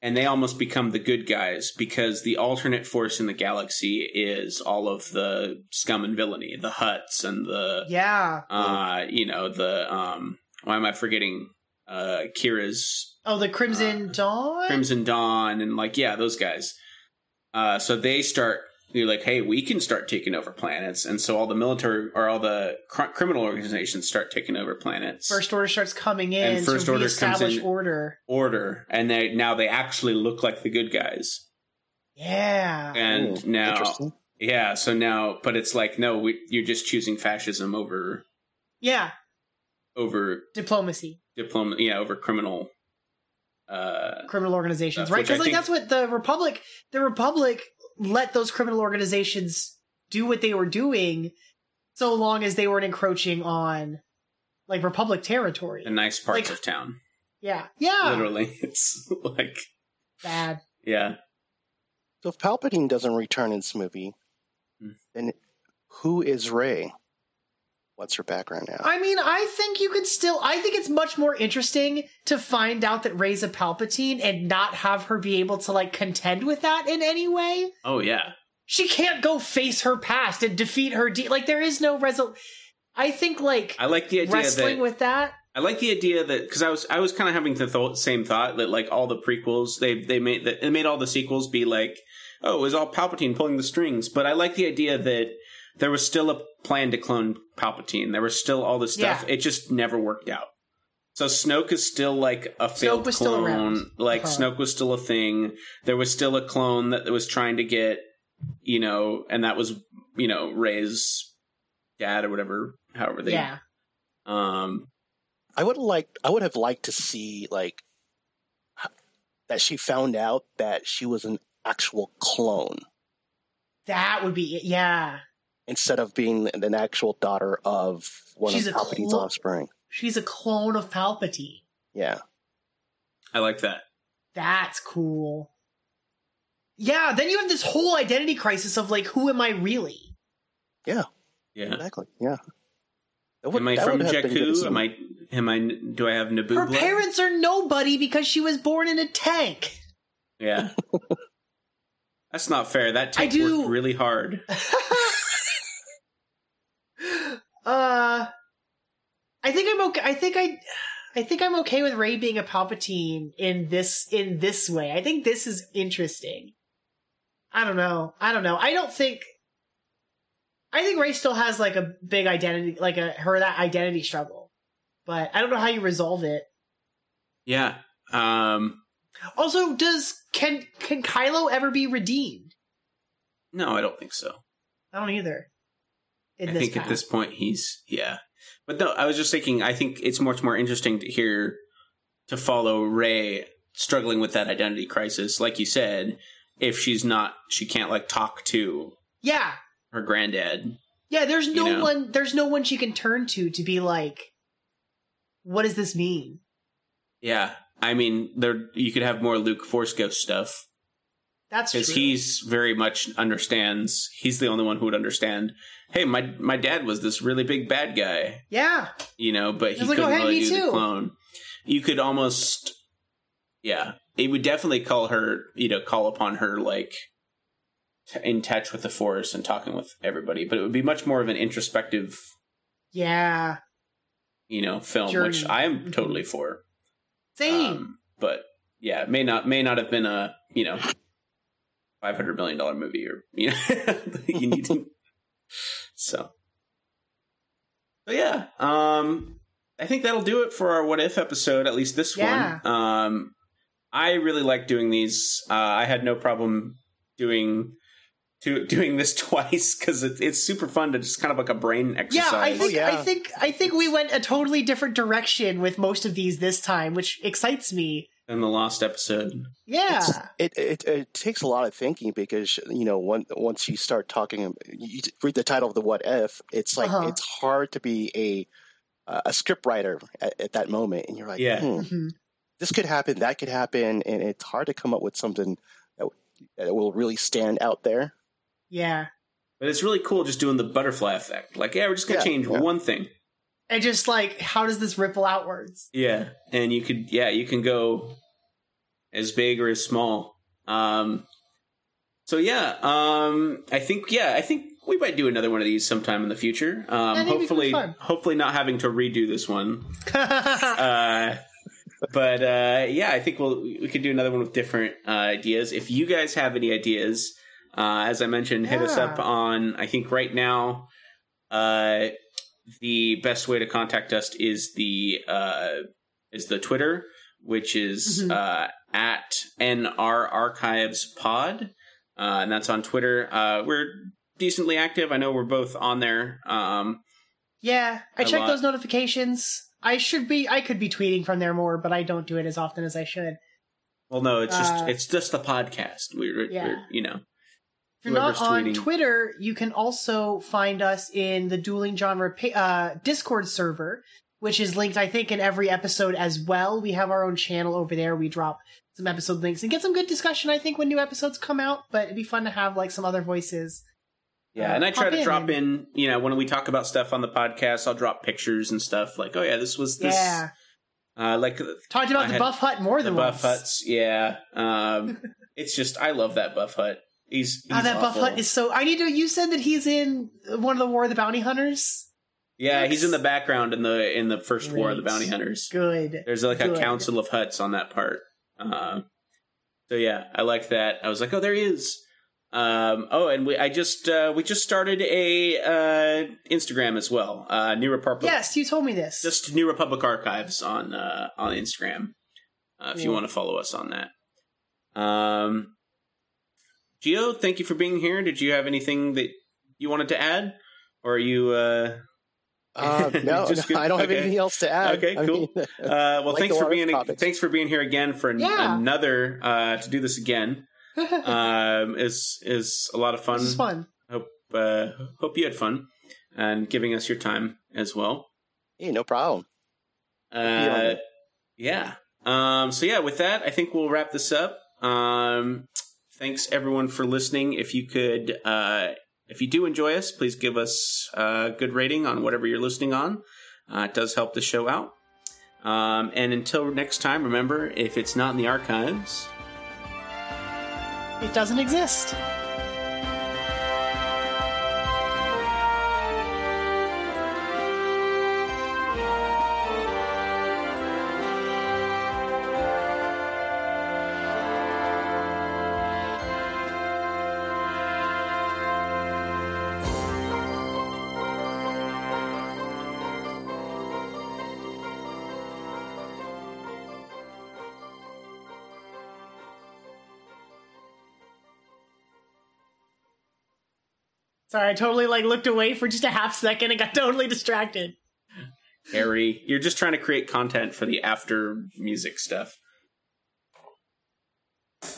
Speaker 2: and they almost become the good guys because the alternate force in the galaxy is all of the scum and villainy, the huts and the
Speaker 3: yeah
Speaker 2: uh, you know the um. Why am I forgetting uh Kira's
Speaker 3: oh the crimson
Speaker 2: Uh,
Speaker 3: dawn
Speaker 2: Crimson Dawn and like yeah, those guys. Uh, so they start. You're like, hey, we can start taking over planets, and so all the military or all the cr- criminal organizations start taking over planets.
Speaker 3: First Order starts coming in
Speaker 2: And First
Speaker 3: to
Speaker 2: Order comes
Speaker 3: reestablish
Speaker 2: in-
Speaker 3: order.
Speaker 2: order, and they now they actually look like the good guys,
Speaker 3: Yeah.
Speaker 2: and
Speaker 4: Ooh,
Speaker 2: now
Speaker 4: Hmm, interesting.
Speaker 2: yeah, so now, but it's like no, we, you're just choosing fascism over
Speaker 3: Yeah.
Speaker 2: over
Speaker 3: Diplomacy,
Speaker 2: diploma, yeah, over criminal. Uh,
Speaker 3: criminal organizations,
Speaker 2: That's
Speaker 3: right?
Speaker 2: which I
Speaker 3: Because like
Speaker 2: think-
Speaker 3: that's what the Republic, the Republic let those criminal organizations do what they were doing, so long as they weren't encroaching on like Republic territory.
Speaker 2: the nice parts
Speaker 3: Like-
Speaker 2: of town,
Speaker 3: yeah. Yeah.
Speaker 2: literally, it's like
Speaker 3: Bad.
Speaker 2: yeah,
Speaker 4: So if Palpatine doesn't return in this movie,
Speaker 2: Hmm.
Speaker 4: then who is Ray? What's her background now?
Speaker 3: I mean, I think you could still. I think it's much more interesting to find out that Ray's a Palpatine and not have her be able to like contend with that in any way.
Speaker 2: oh yeah,
Speaker 3: she can't go face her past and defeat her de- like there is no resol i think like
Speaker 2: I like the idea
Speaker 3: wrestling
Speaker 2: that
Speaker 3: with that
Speaker 2: I like the idea that because I was I was kind of having the th- same thought that like all the prequels they they made that they made all the sequels be like oh it was all Palpatine pulling the strings, but I like the idea that there was still a plan to clone Palpatine. There was still all this stuff. It just never worked out. So Snoke is still like a failed
Speaker 3: was still
Speaker 2: clone.
Speaker 3: around.
Speaker 2: Like
Speaker 3: Uh-huh.
Speaker 2: Snoke was still a thing. There was still a clone that was trying to get you know, and that was you know Ray's dad or whatever. However they
Speaker 3: yeah
Speaker 2: um
Speaker 4: I would like I would have liked to see like h- that she found out that she was an actual clone
Speaker 3: that would be it yeah
Speaker 4: instead of being an actual daughter of one
Speaker 3: She's a
Speaker 4: of Palpatine's
Speaker 3: clone.
Speaker 4: offspring.
Speaker 3: she's a clone of palpatine
Speaker 4: Yeah.
Speaker 2: I like that.
Speaker 3: that's cool yeah then you have this whole identity crisis of like who am i really
Speaker 2: Yeah.
Speaker 4: Exactly. Yeah. That would-
Speaker 2: Am I
Speaker 4: that
Speaker 2: from
Speaker 4: would have been good to
Speaker 2: Jakku?
Speaker 4: see.
Speaker 2: Am I? Am I? Do I have Naboo?
Speaker 3: her
Speaker 2: blood?
Speaker 3: parents are nobody because she was born in a tank
Speaker 2: Yeah. That's not fair. That
Speaker 3: I
Speaker 2: tank
Speaker 3: do-
Speaker 2: worked really hard.
Speaker 3: uh okay. I think I, I think I'm okay with Ray being a Palpatine in this in this way. I think this is interesting. I don't know. I don't know. I don't think. I think Ray still has like a big identity, like a her that identity struggle, but I don't know how you resolve it.
Speaker 2: Yeah. Um
Speaker 3: Also, does can can Kylo ever be redeemed?
Speaker 2: no, I don't think so.
Speaker 3: I don't either. In
Speaker 2: I
Speaker 3: this
Speaker 2: think
Speaker 3: path.
Speaker 2: at this point he's yeah. But no, I was just thinking. I think it's much more interesting to hear to follow Ray struggling with that identity crisis, like you said. If she's not, she can't like talk to
Speaker 3: yeah,
Speaker 2: her granddad.
Speaker 3: yeah. There's
Speaker 2: You
Speaker 3: no
Speaker 2: know.
Speaker 3: one. There's no one she can turn to to be like, what does this mean?
Speaker 2: Yeah, I mean, there you could have more Luke Force Ghost stuff
Speaker 3: That's
Speaker 2: because
Speaker 3: true.
Speaker 2: he's very much understands. He's the only one who would understand. Hey, my my dad was this really big bad guy.
Speaker 3: yeah,
Speaker 2: you know, but he
Speaker 3: He's like,
Speaker 2: couldn't
Speaker 3: "Oh, hey,
Speaker 2: really
Speaker 3: me
Speaker 2: do the
Speaker 3: too."
Speaker 2: clone. You could almost, yeah, it would definitely call her, you know, call upon her like t- in touch with the force and talking with everybody, but it would be much more of an introspective,
Speaker 3: yeah.
Speaker 2: you know, film, which
Speaker 3: Journey. Mm-hmm.
Speaker 2: I am totally for.
Speaker 3: Same.
Speaker 2: Um, but yeah, it may not may not have been a you know five hundred million dollar movie or you know you need to. So, but yeah, um, I think that'll do it for our what if episode, at least this
Speaker 3: Yeah.
Speaker 2: one. Um, I really like doing these. Uh, I had no problem doing. To, doing this twice because it, it's super fun to just kind of like a brain
Speaker 3: yeah,
Speaker 2: exercise.
Speaker 3: I think
Speaker 4: Oh, yeah.
Speaker 3: I think I think we went a totally different direction with most of these this time, which excites me.
Speaker 2: in the last episode.
Speaker 3: Yeah.
Speaker 4: It's- It, it it takes a lot of thinking because you know one, once you start talking, you read the title of the what if. It's like
Speaker 3: Uh-huh.
Speaker 4: it's hard to be a uh, a script writer at, at that moment, and you're like,
Speaker 2: Yeah.
Speaker 4: hmm,
Speaker 3: Mhm.
Speaker 4: this could happen, that could happen, and it's hard to come up with something that, that will really stand out there.
Speaker 3: Yeah.
Speaker 2: But it's really cool just doing the butterfly effect. Like, yeah, we're just gonna
Speaker 4: Yeah,
Speaker 2: change
Speaker 4: yeah.
Speaker 2: one thing.
Speaker 3: And just like how does this ripple outwards?
Speaker 2: Yeah. And you could yeah, you can go as big or as small. Um so yeah, um I think yeah, I think we might do another one of these sometime in the future. Um
Speaker 3: I think it'd be
Speaker 2: hopefully
Speaker 3: fun.
Speaker 2: hopefully not having to redo this one. Uh but uh yeah, I think we'll we could do another one with different uh, ideas. If you guys have any ideas, uh as I mentioned, hit us
Speaker 3: Yeah.
Speaker 2: up on I think right now uh the best way to contact us is the uh, is the Twitter, which is
Speaker 3: Mhm.
Speaker 2: uh, at nr archives pod, uh, and that's on Twitter. Uh, we're decently active. I know we're both on there. Um,
Speaker 3: yeah. I
Speaker 2: A
Speaker 3: check
Speaker 2: lot.
Speaker 3: those notifications. I should be I could be tweeting from there more, but I don't do it as often as I should.
Speaker 2: well, no, it's just
Speaker 3: Uh,
Speaker 2: it's just the podcast. We, we're,
Speaker 3: yeah.
Speaker 2: we're you know
Speaker 3: If you're not
Speaker 2: Whoever's
Speaker 3: on
Speaker 2: tweeting.
Speaker 3: Twitter, you can also find us in the Dueling Genre pa- uh, Discord server, which is linked, I think, in every episode as well. We have our own channel over there. We drop some episode links and get some good discussion, I think, when new episodes come out. But it'd be fun to have like some other voices.
Speaker 2: yeah,
Speaker 3: Uh,
Speaker 2: and I try
Speaker 3: pop
Speaker 2: to
Speaker 3: in
Speaker 2: drop
Speaker 3: and-
Speaker 2: in you know when we talk about stuff on the podcast, I'll drop pictures and stuff like oh yeah, this was this
Speaker 3: yeah,
Speaker 2: uh, like
Speaker 3: talked
Speaker 2: I
Speaker 3: about the
Speaker 2: had
Speaker 3: Buff Hut more
Speaker 2: the
Speaker 3: than
Speaker 2: buff
Speaker 3: once.
Speaker 2: huts. Yeah, um, it's just I love that buff hut. He's, he's
Speaker 3: Oh, that
Speaker 2: awful.
Speaker 3: Buff Hut is so. I need to. You said that he's in one of the War of the Bounty Hunters.
Speaker 2: Yeah,
Speaker 3: Yes.
Speaker 2: he's in the background in the in the first war of the
Speaker 3: Great.
Speaker 2: bounty hunters.
Speaker 3: Good.
Speaker 2: There's like a
Speaker 3: Good.
Speaker 2: council of huts on that part. Um, so yeah, I like that. I was like, oh, there he is. Um, oh, and we I just uh, we just started a uh, Instagram as well. Uh, New Republic,
Speaker 3: Yes, you told me this.
Speaker 2: just New Republic Archives on uh, on Instagram. Uh, if you
Speaker 3: Cool.
Speaker 2: want to follow us on that. Um, Gio, thank you for being here. Did you have anything that you wanted to add, or are you? Uh,
Speaker 4: Uh, no,
Speaker 2: Just
Speaker 4: no,
Speaker 2: good-
Speaker 4: I don't have
Speaker 2: okay.
Speaker 4: anything else to add.
Speaker 2: Okay,
Speaker 4: I
Speaker 2: cool.
Speaker 4: mean,
Speaker 2: Uh, well,
Speaker 4: Like
Speaker 2: thanks
Speaker 4: the
Speaker 2: for
Speaker 4: water
Speaker 2: being
Speaker 4: topics.
Speaker 2: thanks for being here again for an,
Speaker 3: Yeah.
Speaker 2: another uh, to do this again. um, is is a lot of fun.
Speaker 3: this is fun.
Speaker 2: Hope uh, hope you had fun and giving us your time as well.
Speaker 4: hey, no problem.
Speaker 2: Uh, yeah. Um, so yeah, with that, I think we'll wrap this up. Um, thanks everyone for listening. If you could, uh, if you do enjoy us, please give us a good rating on whatever you're listening on. Uh, it does help the show out. Um, and until next time, remember if it's not in the archives,
Speaker 3: It doesn't exist. Sorry, I totally like looked away for just a half second and got totally distracted.
Speaker 2: Harry, you're just trying to create content for the after music stuff.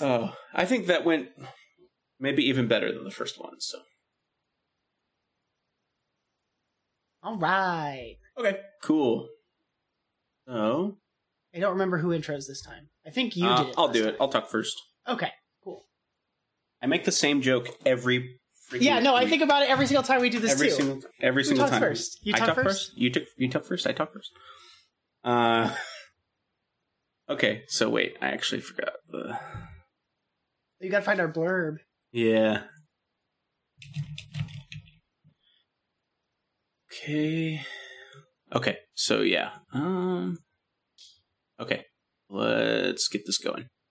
Speaker 2: Oh, I think that went maybe even better than the first one. So
Speaker 3: All right.
Speaker 2: okay, cool. So
Speaker 3: I don't remember who intros this time. I think you
Speaker 2: uh,
Speaker 3: did it.
Speaker 2: I'll
Speaker 3: last
Speaker 2: do
Speaker 3: time.
Speaker 2: it. I'll talk first.
Speaker 3: Okay.
Speaker 2: I make the same joke every. freaking
Speaker 3: Yeah, no, I
Speaker 2: week.
Speaker 3: think about it every single time we do this
Speaker 2: every
Speaker 3: too.
Speaker 2: single every
Speaker 3: Who
Speaker 2: single
Speaker 3: talks
Speaker 2: time.
Speaker 3: first? You
Speaker 2: I
Speaker 3: talk
Speaker 2: talk
Speaker 3: first?
Speaker 2: You took you talk first. I talk first. Uh, okay. So wait, I actually forgot. The,
Speaker 3: You gotta find our blurb.
Speaker 2: yeah. Okay. Okay. So yeah. Um. Okay. Let's get this going.